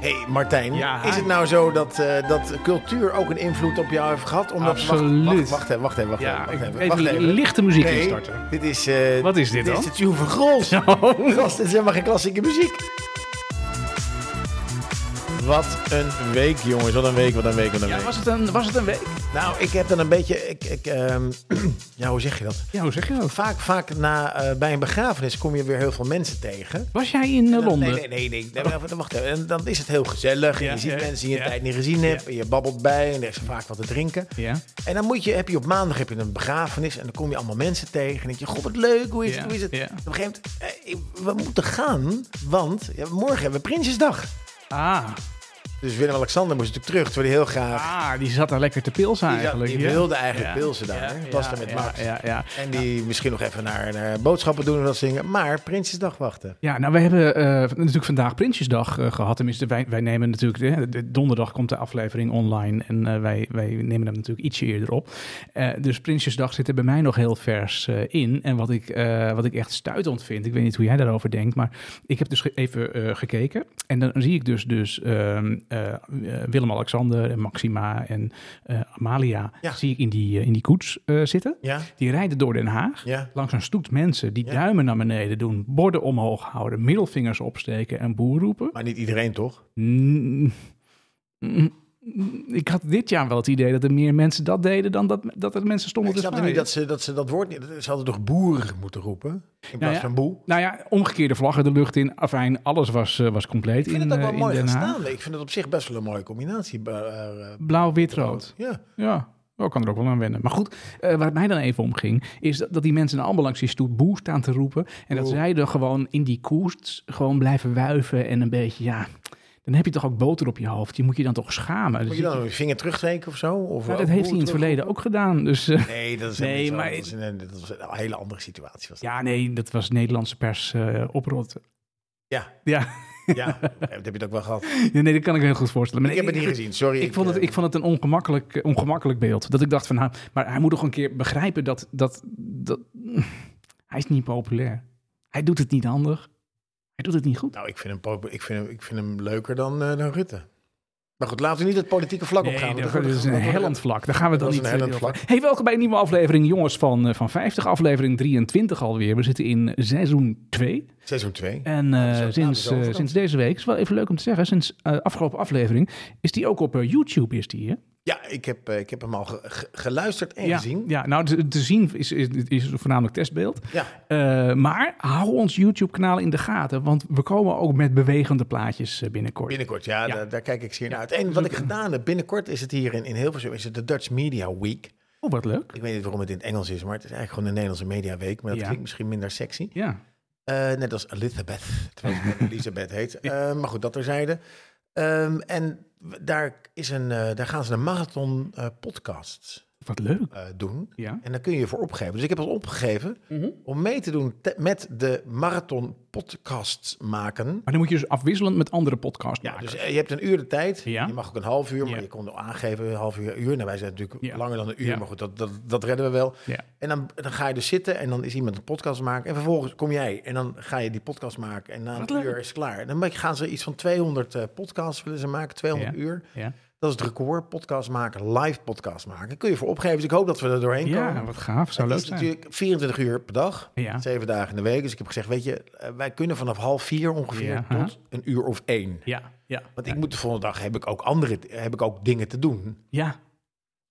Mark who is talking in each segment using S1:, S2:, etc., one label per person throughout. S1: hey Martijn,
S2: Ja, hi.
S1: is het nou zo dat, eh, dat cultuur ook een invloed op jou heeft gehad? Omdat,
S2: Absoluut.
S1: Wacht, wacht, wacht even, wacht even, wacht
S2: Ja,
S1: even.
S2: ik-
S1: Wacht
S2: even lichte muziek instarten.
S1: Dit is... eh,
S2: Wat is dit
S1: Dit
S2: dan?
S1: is de tune van Grols. Gast, dit is helemaal geen klassieke muziek. Wat een week, jongens. Wat een week, wat een week, wat een
S2: Ja,
S1: week.
S2: was het een, was het een week?
S1: Nou, ik heb dan een beetje... Ik, ik, ehm, ja, hoe zeg je dat?
S2: Ja, hoe zeg je dat?
S1: Vaak, vaak na, eh, bij een begrafenis kom je weer heel veel mensen tegen.
S2: Was jij in eh,
S1: En dan-
S2: Londen?
S1: Nee, nee, nee. nee, nee wacht, wacht even. En dan is het heel gezellig. En
S2: Ja,
S1: je ziet
S2: ja,
S1: mensen die je een
S2: ja.
S1: tijd niet gezien hebt.
S2: Ja.
S1: En je babbelt bij. En er is vaak wat te drinken.
S2: Ja.
S1: En dan moet je, heb je op maandag heb je een begrafenis. En dan kom je allemaal mensen tegen. En denk je, god wat leuk. Hoe is
S2: Ja,
S1: het? Hoe is het?
S2: ja.
S1: Op een gegeven moment, eh, ik- we moeten gaan. Want ja, morgen hebben we Prinsjesdag.
S2: Ah,
S1: Dus Willem-Alexander moest natuurlijk terug. Terwijl hij heel graag...
S2: ah, die zat daar lekker te pilsen
S1: die, zat-
S2: eigenlijk.
S1: die
S2: ja.
S1: wilde eigenlijk
S2: Ja.
S1: pilsen daar.
S2: Ja,
S1: hè. was
S2: ja,
S1: daar met
S2: ja,
S1: Max.
S2: Ja, ja.
S1: En die misschien nog even naar, naar boodschappen doen en dat zingen. Maar Prinsjesdag wachten.
S2: Ja, nou, we hebben eh, natuurlijk vandaag Prinsjesdag eh, gehad. Tenminste, wij, wij nemen natuurlijk... eh, de- donderdag komt de aflevering online en eh, wij, wij nemen hem natuurlijk ietsje eerder op. Eh, dus Prinsjesdag zit er bij mij nog heel vers eh, in. En wat ik, eh, wat ik echt stuitend vind, ik weet niet hoe jij daarover denkt, maar ik heb dus ge- even eh, gekeken. En dan zie ik dus, dus ehm, eh, eh, Willem-Alexander en Maxima en eh, Amalia
S1: Ja.
S2: zie ik in die, eh, in die koets eh, zitten.
S1: Ja?
S2: Die rijden door Den Haag
S1: Ja?
S2: langs een stoet mensen die
S1: Ja.
S2: duimen naar beneden doen, borden omhoog houden, middelvingers opsteken en boer roepen.
S1: Maar niet iedereen toch?
S2: Mm, mm, ik had dit jaar wel het idee dat er meer mensen dat deden dan dat, dat er mensen stonden
S1: Ik
S2: te
S1: snapte niet
S2: zwaaien.
S1: dat ze, dat ze dat woord niet... Ze hadden toch boer moeten roepen? In plaats
S2: ja.
S1: van boel?
S2: Nou ja, omgekeerde vlaggen de lucht in. Afijn, alles was, eh, was compleet
S1: Ik vind
S2: in,
S1: het ook
S2: eh,
S1: wel
S2: in
S1: mooi
S2: Den Haag.
S1: gestaan. Ik vind het op zich best wel een mooie combinatie. eh, eh,
S2: Blauw, wit, rood.
S1: ja.
S2: Ja, ik kan er ook wel aan wennen. Maar goed, eh, waar het mij dan even om ging, is dat, dat die mensen dan allemaal langs die stoet boe staan te roepen. En dat
S1: Boe.
S2: zij er gewoon in die koers gewoon blijven wuiven en een beetje, ja, dan heb je toch ook boter op je hoofd. Die moet je dan toch schamen.
S1: Moet
S2: Dus
S1: je dan
S2: ik-
S1: een vinger terugtrekken of zo? Of
S2: maar
S1: ook
S2: dat heeft hij in
S1: boer
S2: het
S1: terug?
S2: verleden ook gedaan. Dus eh,
S1: Nee, dat is
S2: Nee,
S1: nee, maar...
S2: maar-
S1: dat, was een, dat was een hele andere situatie. Was dat.
S2: ja, nee, dat was Nederlandse pers eh oprotten.
S1: Ja.
S2: Ja,
S1: Ja. dat heb je het ook wel gehad. Ik,
S2: nee, dat kan ik me heel goed voorstellen. Maar
S1: heb het niet gezien, sorry.
S2: Ik vond, het,
S1: eh,
S2: ik vond het een ongemakkelijk, eh, ongemakkelijk beeld. Dat ik dacht van, nou, maar hij moet toch een keer begrijpen dat, dat, dat... Hij is niet populair. Hij doet het niet handig. Hij doet het niet goed.
S1: Nou, ik vind hem, popu- ik vind hem, ik vind hem leuker dan, eh, dan Rutte. Maar goed, laten we niet het politieke vlak op gaan.
S2: dat, is een hellend vlak. Daar gaan we dan
S1: Dat is
S2: niet...
S1: een hellend
S2: eh,
S1: vlak.
S2: Hey, welkom bij een nieuwe aflevering, jongens, van, eh, van 50. Aflevering 23 alweer. We zitten in seizoen 2.
S1: Seizoen 2.
S2: En
S1: dat is
S2: eh,
S1: ook- dat is
S2: sinds,
S1: ook
S2: eh,
S1: groot.
S2: sinds deze week, is wel even leuk om te zeggen, sinds eh, afgelopen aflevering, is die ook op eh, YouTube, is die, hè?
S1: Ja, ik heb, eh, ik heb hem al ge- ge- geluisterd en
S2: ja,
S1: gezien.
S2: Ja, nou, te, te zien is, is, is voornamelijk testbeeld.
S1: Ja.
S2: Eh, maar hou ons YouTube-kanaal in de gaten, want we komen ook met bewegende plaatjes eh, binnenkort.
S1: Binnenkort, ja,
S2: Ja.
S1: Daar, daar kijk ik zeer naar uit. En wat ik gedaan heb, binnenkort is het hier in, in Hilversum, is het de Dutch Media Week.
S2: Oh, wat leuk.
S1: Ik weet niet waarom het in het Engels is, maar het is eigenlijk gewoon de Nederlandse Media Week. Maar dat
S2: Ja.
S1: klinkt misschien minder sexy.
S2: Ja.
S1: Eh, net als Elizabeth, terwijl het Elisabeth heet. Eh, maar goed, dat terzijde. Ehm en w- daar, is een, eh, daar gaan ze een marathon eh, podcast
S2: Wat leuk.
S1: eh, doen.
S2: Ja. Mhm.
S1: En daar kun je je voor opgeven. Dus ik heb al opgegeven om mee te doen te- met de marathon podcast maken.
S2: Maar dan moet je dus afwisselend met andere podcasts
S1: Ja,
S2: maken.
S1: dus eh, je hebt een uur de tijd.
S2: Ja.
S1: Je mag ook een half uur, maar
S2: Ja.
S1: je kon aangeven een half uur, een uur. Nou, wij zijn natuurlijk
S2: Ja.
S1: langer dan een uur,
S2: Ja.
S1: maar goed, dat, dat, dat redden we wel.
S2: Ja.
S1: En dan, dan ga je dus zitten en dan is iemand een podcast maken. En vervolgens kom jij en dan ga je die podcast maken. En na
S2: Wat
S1: een
S2: leuk.
S1: uur is het klaar. En dan ben- gaan ze iets van 200 eh, podcasts willen ze maken, 200
S2: Ja.
S1: uur.
S2: Ja.
S1: Dat is het record, podcast maken, live podcast maken. Daar kun je voor opgeven, dus ik hoop dat we er doorheen komen.
S2: ja, wat gaaf. Zou
S1: Het
S2: leuk
S1: is
S2: zijn.
S1: natuurlijk 24 uur per dag,
S2: Ja.
S1: zeven dagen in de week. Dus ik heb gezegd, weet je, eh, wij kunnen vanaf half vier ongeveer
S2: Ja,
S1: tot een uur of één.
S2: Ja, ja.
S1: Want ik moet de volgende dag heb ik ook andere heb ik ook dingen te doen.
S2: ja,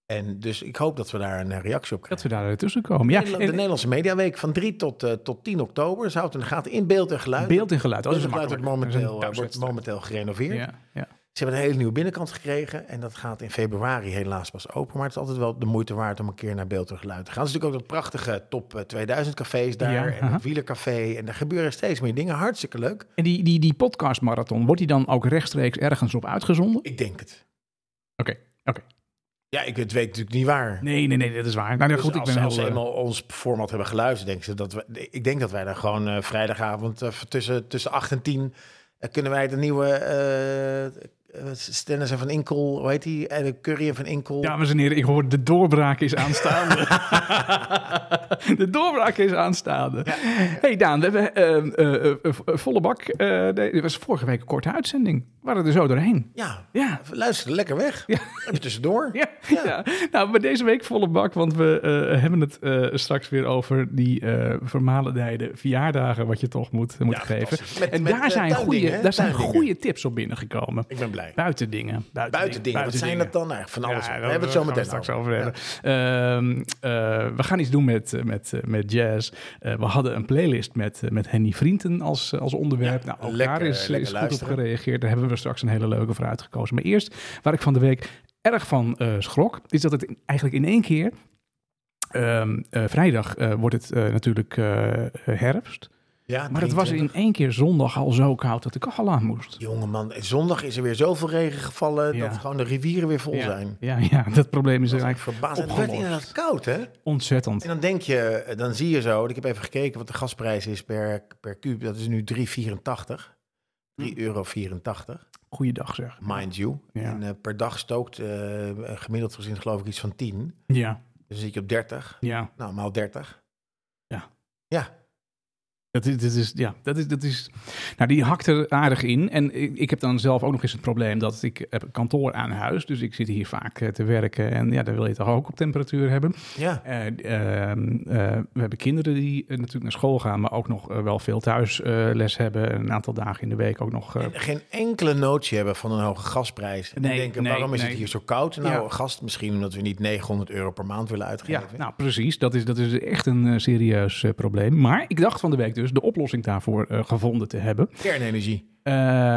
S1: En dus ik hoop dat we daar een eh, reactie op
S2: dat
S1: krijgen.
S2: we daar tussen komen. Ja,
S1: De
S2: en-
S1: Nederlandse Mediaweek van 3 tot, eh, tot 10 oktober. Ze houdt in de gaten in beeld en geluid.
S2: beeld en geluid. Oh,
S1: Beeld
S2: dat is
S1: en geluid wordt
S2: makkelijk. Dat is een
S1: momenteel, eh, wordt
S2: thuiswedstrijd.
S1: momenteel gerenoveerd.
S2: Ja, ja.
S1: Ze hebben een hele nieuwe binnenkant gekregen. En dat gaat in februari helaas pas open. Maar het is altijd wel de moeite waard om een keer naar beeld en geluid te gaan. Het is natuurlijk ook dat prachtige top eh, 2000 cafés daar.
S2: Ja,
S1: en
S2: aha.
S1: het wielercafé. En er gebeuren steeds meer dingen. Hartstikke leuk.
S2: En die, die, die podcastmarathon, wordt die dan ook rechtstreeks ergens op uitgezonden?
S1: Ik denk het.
S2: Oké, oké.
S1: Ja, ik het weet natuurlijk niet waar.
S2: Nee, nee, nee, dat is waar. Nou, ja,
S1: Dus
S2: goed, ik
S1: als,
S2: ben
S1: als
S2: heel...
S1: ze
S2: eh,
S1: eenmaal ons format hebben geluisterd, denken ze dat we. Ik denk dat wij daar gewoon eh, vrijdagavond eh, tussen, tussen 8 en 10 eh, kunnen wij de nieuwe eh, eh, Stennis en Van Inkel, hoe heet die? En de Curry en Van Inkel.
S2: Dames en heren, ik hoor de doorbraak is aanstaande. de doorbraak is aanstaande. Hey Daan, we hebben eh, eh, eh, eh, volle bak. eh, nee, Dit was vorige week een korte uitzending. We waren er zo doorheen.
S1: Ja,
S2: Ja.
S1: luister, lekker weg.
S2: Ja.
S1: Even tussendoor.
S2: Ja, ja. nou, maar deze week volle bak, want we eh, hebben het eh, straks weer over die eh vermalendijde verjaardagen, wat je toch moet, eh, moet
S1: Ja,
S2: geven.
S1: fantastisch. Met-
S2: en
S1: met,
S2: daar
S1: eh,
S2: zijn,
S1: tuindingen,
S2: goede,
S1: hè?
S2: daar zijn
S1: Tuindingen.
S2: goede tips op binnengekomen.
S1: Ik ben blij.
S2: Buitendingen. Buitendingen.
S1: Buitendingen, wat zijn dat dan? Nou, van alles.
S2: Ja,
S1: we
S2: daar
S1: hebben het
S2: gaan
S1: zo meteen
S2: straks over hebben. Ehm, eh, we gaan iets doen met, eh, met, eh, met jazz. Eh, we hadden een playlist met, eh, met Henny Vrienden als, eh, als onderwerp. nou, ook
S1: lekker,
S2: daar is,
S1: lekker
S2: is goed op
S1: luisteren.
S2: gereageerd. Daar hebben we straks een hele leuke voor uitgekozen. Maar eerst, waar ik van de week erg van eh, schrok, is dat het in- eigenlijk in één keer... ehm, eh, vrijdag eh, wordt het eh, natuurlijk eh, herfst.
S1: Ja,
S2: Maar het was
S1: 23.
S2: in één keer zondag al zo koud dat de kachel aan moest.
S1: Jongeman, zondag is er weer zoveel regen gevallen
S2: Ja.
S1: dat gewoon de rivieren weer vol zijn.
S2: Ja, ja, dat probleem is er
S1: Ik
S2: eigenlijk
S1: verbaasd. Het werd
S2: opgelost.
S1: inderdaad koud, hè?
S2: ontzettend.
S1: En dan denk je, eh, dan zie je zo, ik heb even gekeken wat de gasprijs is per, per kuub. Dat is nu 3,84. 3,84 euro,
S2: Goeiedag zeg.
S1: mind you.
S2: Hm. Ja.
S1: En eh, per dag stookt eh, gemiddeld gezien geloof ik iets van 10.
S2: Ja,
S1: Dus dan zit je op 30.
S2: ja.
S1: Nou, maal 30.
S2: Dat is, dat is, ja, dat is, dat is. Nou, die hakt er aardig in. En ik, ik heb dan zelf ook nog eens het probleem dat ik heb een kantoor aan huis. Dus ik zit hier vaak eh, te werken. En ja, daar wil je toch ook op temperatuur hebben.
S1: Ja,
S2: Eh, ehm, eh, we hebben kinderen die eh, natuurlijk naar school gaan, maar ook nog eh, wel veel thuis eh, les hebben. Een aantal dagen in de week ook nog. eh,
S1: En geen enkele notie hebben van een hoge gasprijs. En
S2: Nee,
S1: denken,
S2: nee,
S1: waarom is
S2: nee.
S1: het hier zo koud? Nou,
S2: Ja.
S1: gast misschien omdat we niet 900 euro per maand willen
S2: ja,
S1: uitgeven.
S2: nou precies. Dat is, dat is echt een eh, serieus eh, probleem. Maar ik dacht van de week dus de oplossing daarvoor eh, gevonden te hebben.
S1: Kernenergie.
S2: Eh,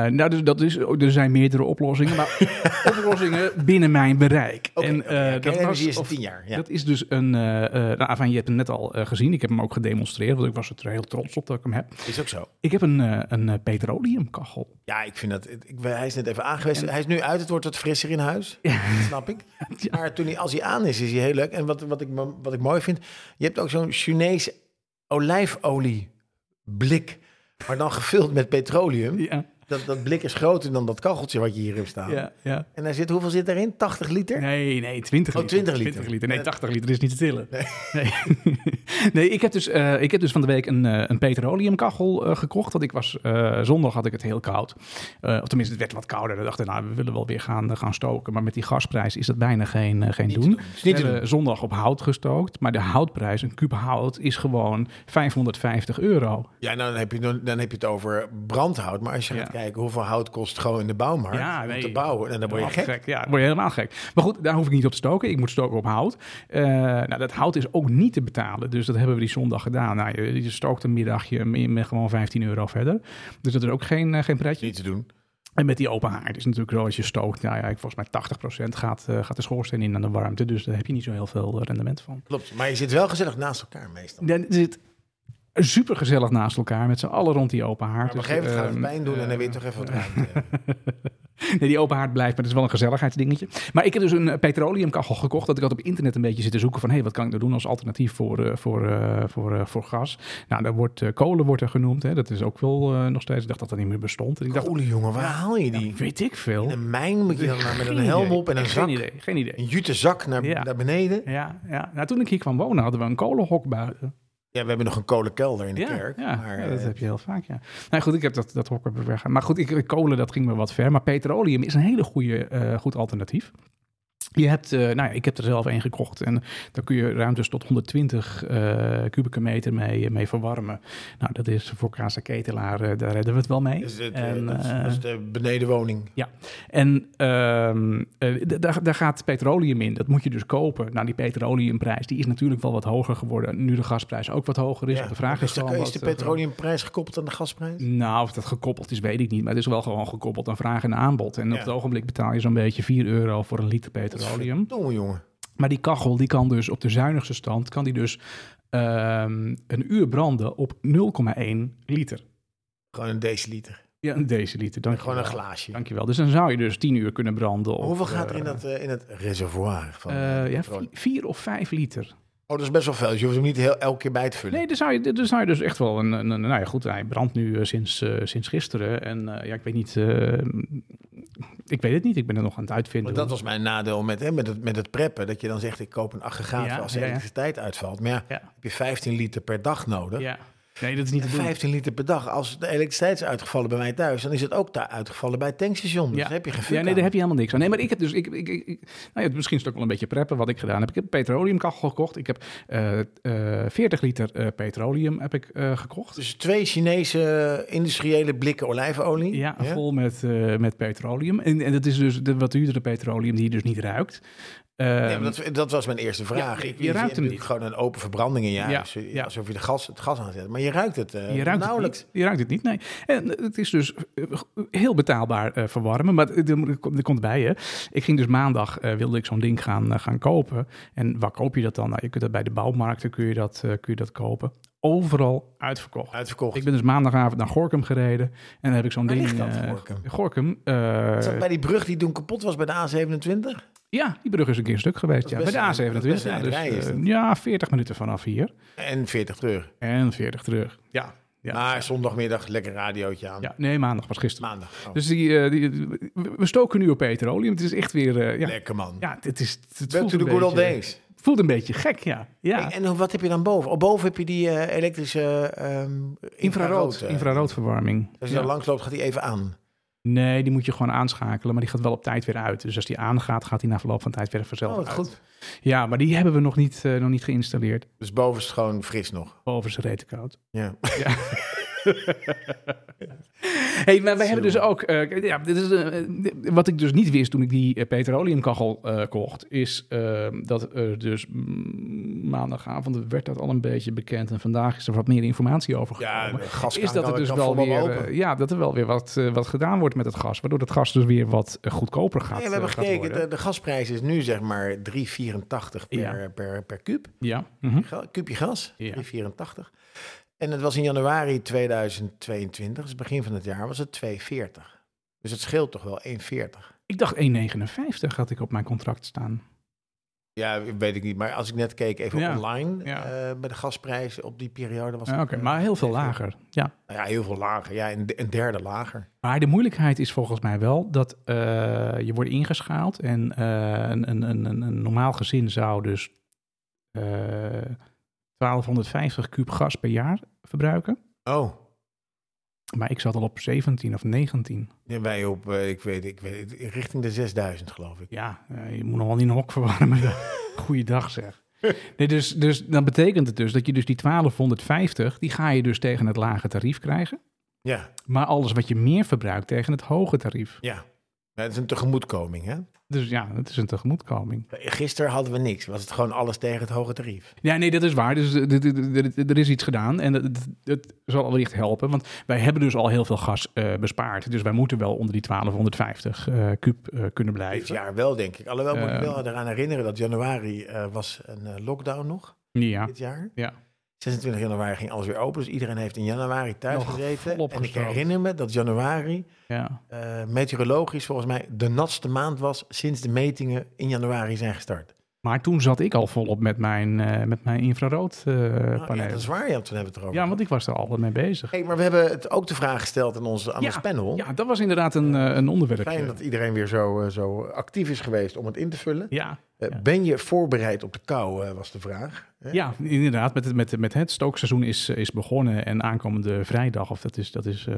S2: nou, dus, dat is, er zijn meerdere oplossingen, maar oplossingen binnen mijn bereik.
S1: Oké,
S2: en,
S1: oké,
S2: eh,
S1: ja,
S2: dat was,
S1: kernenergie is
S2: of-
S1: 10 jaar. Ja.
S2: dat is dus een. eh, eh, nou, enfin, je hebt hem net al eh, gezien. Ik heb hem ook gedemonstreerd, want ik was er heel trots op dat ik hem heb.
S1: Is ook zo.
S2: Ik heb een, eh, een eh, petroleumkachel.
S1: Ja, ik vind dat. Ik, hij is net even aangewezen. Hij is nu uit, het wordt wat frisser in huis. Dat snap ik.
S2: Ja.
S1: Maar toen hij, als hij aan is, is hij heel leuk. En wat, wat, ik, mo- wat ik mooi vind, je hebt ook zo'n Chinees olijfolieblik. Maar dan gevuld met petroleum.
S2: Ja,
S1: Dat, dat blik is groter dan dat kacheltje wat je hier hebt staan.
S2: ja, ja.
S1: En daar zit, hoeveel zit daarin? 80 liter?
S2: Nee, nee, 20
S1: Oh,
S2: liter.
S1: 20 liter.
S2: Nee,
S1: Eh,
S2: 80 liter is niet te tillen. Nee, nee. ik, heb dus, eh, ik heb dus van de week een, eh, een petroleumkachel eh, gekocht. Want ik was, eh, zondag had ik het heel koud. Eh, of tenminste, het werd wat kouder. We dachten, nou, we willen wel weer gaan, eh, gaan stoken. Maar met die gasprijs is dat bijna geen, eh, geen
S1: Niet te
S2: doen.
S1: doen. Is niet
S2: we
S1: te
S2: hebben zondag op hout gestookt. Maar de houtprijs, een kuub hout, is gewoon 550 euro.
S1: Ja, nou, dan heb, je, dan, dan heb je het over brandhout. Maar als je
S2: Ja.
S1: gaat kijken hoeveel hout kost gewoon in de bouwmarkt
S2: Ja, nee.
S1: om te bouwen, en dan word je
S2: Helemaal
S1: gek.
S2: Ja, dan word je helemaal gek. Maar goed, daar hoef ik niet op te stoken. Ik moet stoken op hout. Eh, nou, dat hout is ook niet te betalen. Dus dat hebben we die zondag gedaan. Nou, je, je stookt een middagje met- met gewoon 15 euro verder. Dus dat is ook geen, eh, geen pretje.
S1: Niet te doen.
S2: En met die open haard is natuurlijk zo als je stookt. Nou ja, ik- volgens mij 80% gaat, eh, gaat de schoorsteen in aan de warmte. Dus daar heb je niet zo heel veel eh, rendement van.
S1: Klopt. Maar je zit wel gezellig naast elkaar meestal.
S2: Dan zit super gezellig naast elkaar met z'n allen rond die open haard.
S1: Maar op een
S2: Dus,
S1: gegeven moment gaat het
S2: ehm,
S1: pijn doen en dan weet je toch even wat ruimte.
S2: Nee, die open haard blijft, maar dat is wel een gezelligheidsdingetje. Maar ik heb dus een eh, petroleumkachel gekocht. Dat ik had op internet een beetje zitten zoeken van... hé, hey, wat kan ik nou doen als alternatief voor, eh, voor, eh, voor, eh, voor gas? Nou, daar wordt, eh, kolen wordt er genoemd. Hè. Dat is ook wel eh, nog steeds... Ik dacht dat dat niet meer bestond. En ik dacht,
S1: Oele jongen, waar haal je die?
S2: weet ik veel.
S1: Een mijn moet je dan maar met een
S2: Geen
S1: helm
S2: idee.
S1: op en een
S2: Echt
S1: zak,
S2: Geen idee, geen idee.
S1: een jute zak naar,
S2: Ja.
S1: naar beneden.
S2: Ja, ja. Nou, toen ik hier kwam wonen hadden we een kolenhok buiten.
S1: Ja, we hebben nog een kolenkelder in de
S2: Ja,
S1: kerk.
S2: ja,
S1: maar,
S2: ja,
S1: eh,
S2: dat heb je heel vaak, ja. Nou goed, ik heb dat, dat hok weer weg. Maar goed, ik, kolen, dat ging me wat ver. Maar petroleum is een hele goede, eh, goed alternatief. Je hebt, eh, nou ja, ik heb er zelf één gekocht en daar kun je ruimtes tot 120 eh, kubieke meter mee, mee verwarmen. Nou, dat is voor Kaas en Ketelaar, eh, daar redden we het wel mee.
S1: is het, eh,
S2: en
S1: dat, is,
S2: eh,
S1: dat is de benedenwoning.
S2: en ehm, eh, d- daar, daar gaat petroleum in, dat moet je dus kopen. Nou, die petroleumprijs, die is natuurlijk wel wat hoger geworden, nu de gasprijs ook wat hoger is.
S1: Ja.
S2: Want De vraag is,
S1: is, de,
S2: gewoon
S1: is
S2: wat,
S1: de
S2: eh,
S1: petroleumprijs gekoppeld aan de gasprijs?
S2: nou, of dat gekoppeld is, weet ik niet. Maar het is wel gewoon gekoppeld aan vraag en aanbod. En op
S1: Ja.
S2: het ogenblik betaal je zo'n beetje 4 euro voor een liter petroleum.
S1: Domme jongen.
S2: Maar die kachel, die kan dus op de zuinigste stand, kan die dus ehm, een uur branden op 0,1 liter.
S1: Gewoon een deciliter.
S2: Ja, een deciliter. Dank
S1: Gewoon
S2: je
S1: een
S2: wel.
S1: glaasje.
S2: Dankjewel. Dus dan zou je dus 10 uur kunnen branden. Op,
S1: Maar hoeveel gaat er in
S2: eh,
S1: dat, eh, in het reservoir van
S2: eh,
S1: eh,
S2: ja,
S1: petroleum?
S2: 4 of 5 liter.
S1: Oh, dat is best wel veel. Dus je hoeft hem niet heel, elke keer bij te vullen.
S2: Nee, daar zou, je, daar zou je dus echt wel een, een, een- Nou ja, goed, hij brandt nu eh, sinds, eh, sinds gisteren. En eh, ja, ik weet niet. eh, ik weet het niet. Ik ben er nog aan het uitvinden.
S1: Want dat was mijn nadeel met, hè, met, het, met het preppen. Dat je dan zegt, ik koop een aggregaat
S2: Ja,
S1: voor als de
S2: ja, ja.
S1: elektriciteit uitvalt. Maar ja,
S2: Ja.
S1: heb je 15 liter per dag nodig.
S2: ja. Nee, dat is niet
S1: En
S2: te doen.
S1: 15 liter per dag. Als de elektriciteit is uitgevallen bij mij thuis, dan is het ook daar uitgevallen bij het tankstation. Dus
S2: Ja.
S1: daar heb je geen
S2: Ja, nee, daar heb je helemaal niks aan. Nee, maar ik heb dus, ik, ik, ik- ik- nou ja, misschien is het ook wel een beetje preppen wat ik gedaan heb. Ik heb een petroleumkachel gekocht. Ik heb eh, eh, 40 liter eh, petroleum heb ik eh, gekocht.
S1: Dus twee Chinese industriële blikken olijfolie.
S2: Ja, vol met, eh, met petroleum. En, en dat is dus de wat duurdere petroleum die je dus niet ruikt. Ehm,
S1: Nee, maar dat, dat was mijn eerste vraag.
S2: Ja,
S1: Ik
S2: je ruikt hem
S1: natuurlijk Gewoon een open verbranding in je
S2: Ja,
S1: huis.
S2: ja.
S1: Alsof je de gas, het gas aanzet. Maar je ruikt het eh,
S2: je ruikt
S1: nauwelijks.
S2: Het niet. Je ruikt het niet, nee. En het is dus eh, heel betaalbaar eh, verwarmen. Maar het- er komt- er komt bij je. Ik ging dus maandag, eh, wilde ik zo'n ding gaan, eh, gaan kopen. En waar koop je dat dan? Nou, je kunt dat bij de bouwmarkten kun je dat, eh, kun je dat kopen. Overal uitverkocht.
S1: Uitverkocht.
S2: Ik ben dus maandagavond naar Gorkum gereden. En daar heb ik zo'n
S1: Waar
S2: ding...
S1: ligt dat,
S2: eh,
S1: Gorkum?
S2: Gorkum, eh,
S1: Is dat bij die brug die toen kapot was bij de A27?
S2: ja, die brug is een keer stuk geweest.
S1: is
S2: Ja, bij de
S1: best een-
S2: A27.
S1: dat is best
S2: ja,
S1: een
S2: dus,
S1: rij, is
S2: eh,
S1: dat?
S2: ja, 40 minuten vanaf hier.
S1: En 40 terug.
S2: En 40 terug. Ja. Ja.
S1: Maar zondagmiddag lekker radiootje aan.
S2: ja. Nee, maandag was gisteren.
S1: Maandag. Oh,
S2: Dus die, eh, die, we we stoken nu op petroleum. Het is echt weer... eh, ja,
S1: Lekker man.
S2: ja, het is... Het
S1: Back
S2: voelt
S1: to the
S2: een
S1: good old
S2: beetje-
S1: days.
S2: voelt een beetje gek, ja. ja.
S1: En hoe- wat heb je dan boven? Oh, boven heb je die eh, elektrische ehm infrarood.
S2: Infrarood.
S1: eh.
S2: Infraroodverwarming.
S1: Als je
S2: Ja.
S1: dan langs loopt, gaat die even aan.
S2: Nee, die moet je gewoon aanschakelen. Maar die gaat wel op tijd weer uit. Dus als die aangaat, gaat die na verloop van tijd weer vanzelf
S1: Oh, wat
S2: uit.
S1: goed.
S2: Ja, maar die hebben we nog niet, eh, nog niet geïnstalleerd.
S1: Dus boven is het gewoon fris nog.
S2: Boven zijn reten koud.
S1: Ja.
S2: hey, maar we hebben dus ook... eh, ja, dit is, eh, eh, wat ik dus niet wist toen ik die eh, petroleumkachel eh, kocht... is eh, dat er dus mm, maandagavond werd dat al een beetje bekend... en vandaag is er wat meer informatie over
S1: Ja,
S2: gekomen.
S1: de gaskraan
S2: is dat er
S1: kan-
S2: dus
S1: kan
S2: wel
S1: volop
S2: weer,
S1: open.
S2: eh, ja, dat er wel weer wat, eh, wat gedaan wordt met het gas... waardoor dat gas dus weer wat eh, goedkoper gaat,
S1: Nee, we hebben
S2: eh, gaat
S1: gekeken,
S2: worden.
S1: de, de gasprijs is nu zeg maar 3,84 per,
S2: Ja.
S1: per, per kuub.
S2: Ja, mhm.
S1: Ga- Kuubje gas,
S2: Ja.
S1: 3,84. En het was in januari 2022, dus begin van het jaar, was het 2,40. Dus het scheelt toch wel 1,40.
S2: Ik dacht 1,59 had ik op mijn contract staan.
S1: Ja, weet ik niet. Maar als ik net keek even
S2: Ja.
S1: online
S2: Ja.
S1: eh, bij de gasprijs op die periode was
S2: Ja,
S1: het,
S2: Ah, Oké,
S1: eh,
S2: maar heel veel lager. Ja.
S1: nou ja, heel veel lager. Ja, een, een derde lager.
S2: Maar de moeilijkheid is volgens mij wel dat eh, je wordt ingeschaald. En eh, een, een, een, een- een normaal gezin zou dus eh, 1250 kuub gas per jaar verbruiken.
S1: Oh,
S2: Maar ik zat al op 17 of 19.
S1: ja, wij op, eh, ik weet, ik weet, richting de 6000 geloof ik.
S2: Ja, eh, je moet nog wel niet een hok verwarmen. Goeiedag zeg. Nee, dus, dus dan betekent het dus dat je dus die 1250, die ga je dus tegen het lage tarief krijgen.
S1: Ja,
S2: Maar alles wat je meer verbruikt tegen het hoge tarief.
S1: ja. Ja, Het is een tegemoetkoming, hè?
S2: Dus ja, het is een tegemoetkoming.
S1: Gisteren hadden we niks. Was het gewoon alles tegen het hoge tarief.
S2: Ja, nee, dat is waar. Dus eh, d- d- d- d- er is iets gedaan en dat- dat- dat zal wellicht helpen. Want wij hebben dus al heel veel gas eh, bespaard. Dus wij moeten wel onder die 1250 eh kuub eh, kunnen
S1: Dit
S2: blijven.
S1: jaar wel, denk ik. Alhoewel moet ik
S2: Ehm.
S1: wel eraan herinneren dat januari eh, was een eh, lockdown nog
S2: Ja,
S1: dit jaar.
S2: ja.
S1: 26 januari ging alles weer open. Dus iedereen heeft in januari thuis
S2: Nog
S1: gezeten.
S2: volop
S1: En ik
S2: gestroopt.
S1: herinner me dat januari
S2: ja.
S1: eh, meteorologisch volgens mij de natste maand was sinds de metingen in januari zijn gestart.
S2: Maar toen zat ik al volop met mijn, eh met mijn
S1: Nou, ja,
S2: infraroodpanelen.
S1: dat
S2: ja,
S1: is waar, ja, toen hebben we het erover.
S2: want ik was er al mee bezig.
S1: Hey, maar we hebben het ook de vraag gesteld aan, ons, aan
S2: Ja,
S1: ons panel.
S2: Ja, dat was inderdaad een, eh, een
S1: Fijn
S2: onderwerp.
S1: dat iedereen weer zo, eh, zo actief is geweest om het in te vullen.
S2: Ja,
S1: Eh,
S2: Ja.
S1: Ben je voorbereid op de kou, eh, was de vraag. Hè?
S2: Ja, inderdaad. Met, het- met, met het stookseizoen is, eh, is begonnen. En aankomende vrijdag, of dat is. Dat is eh,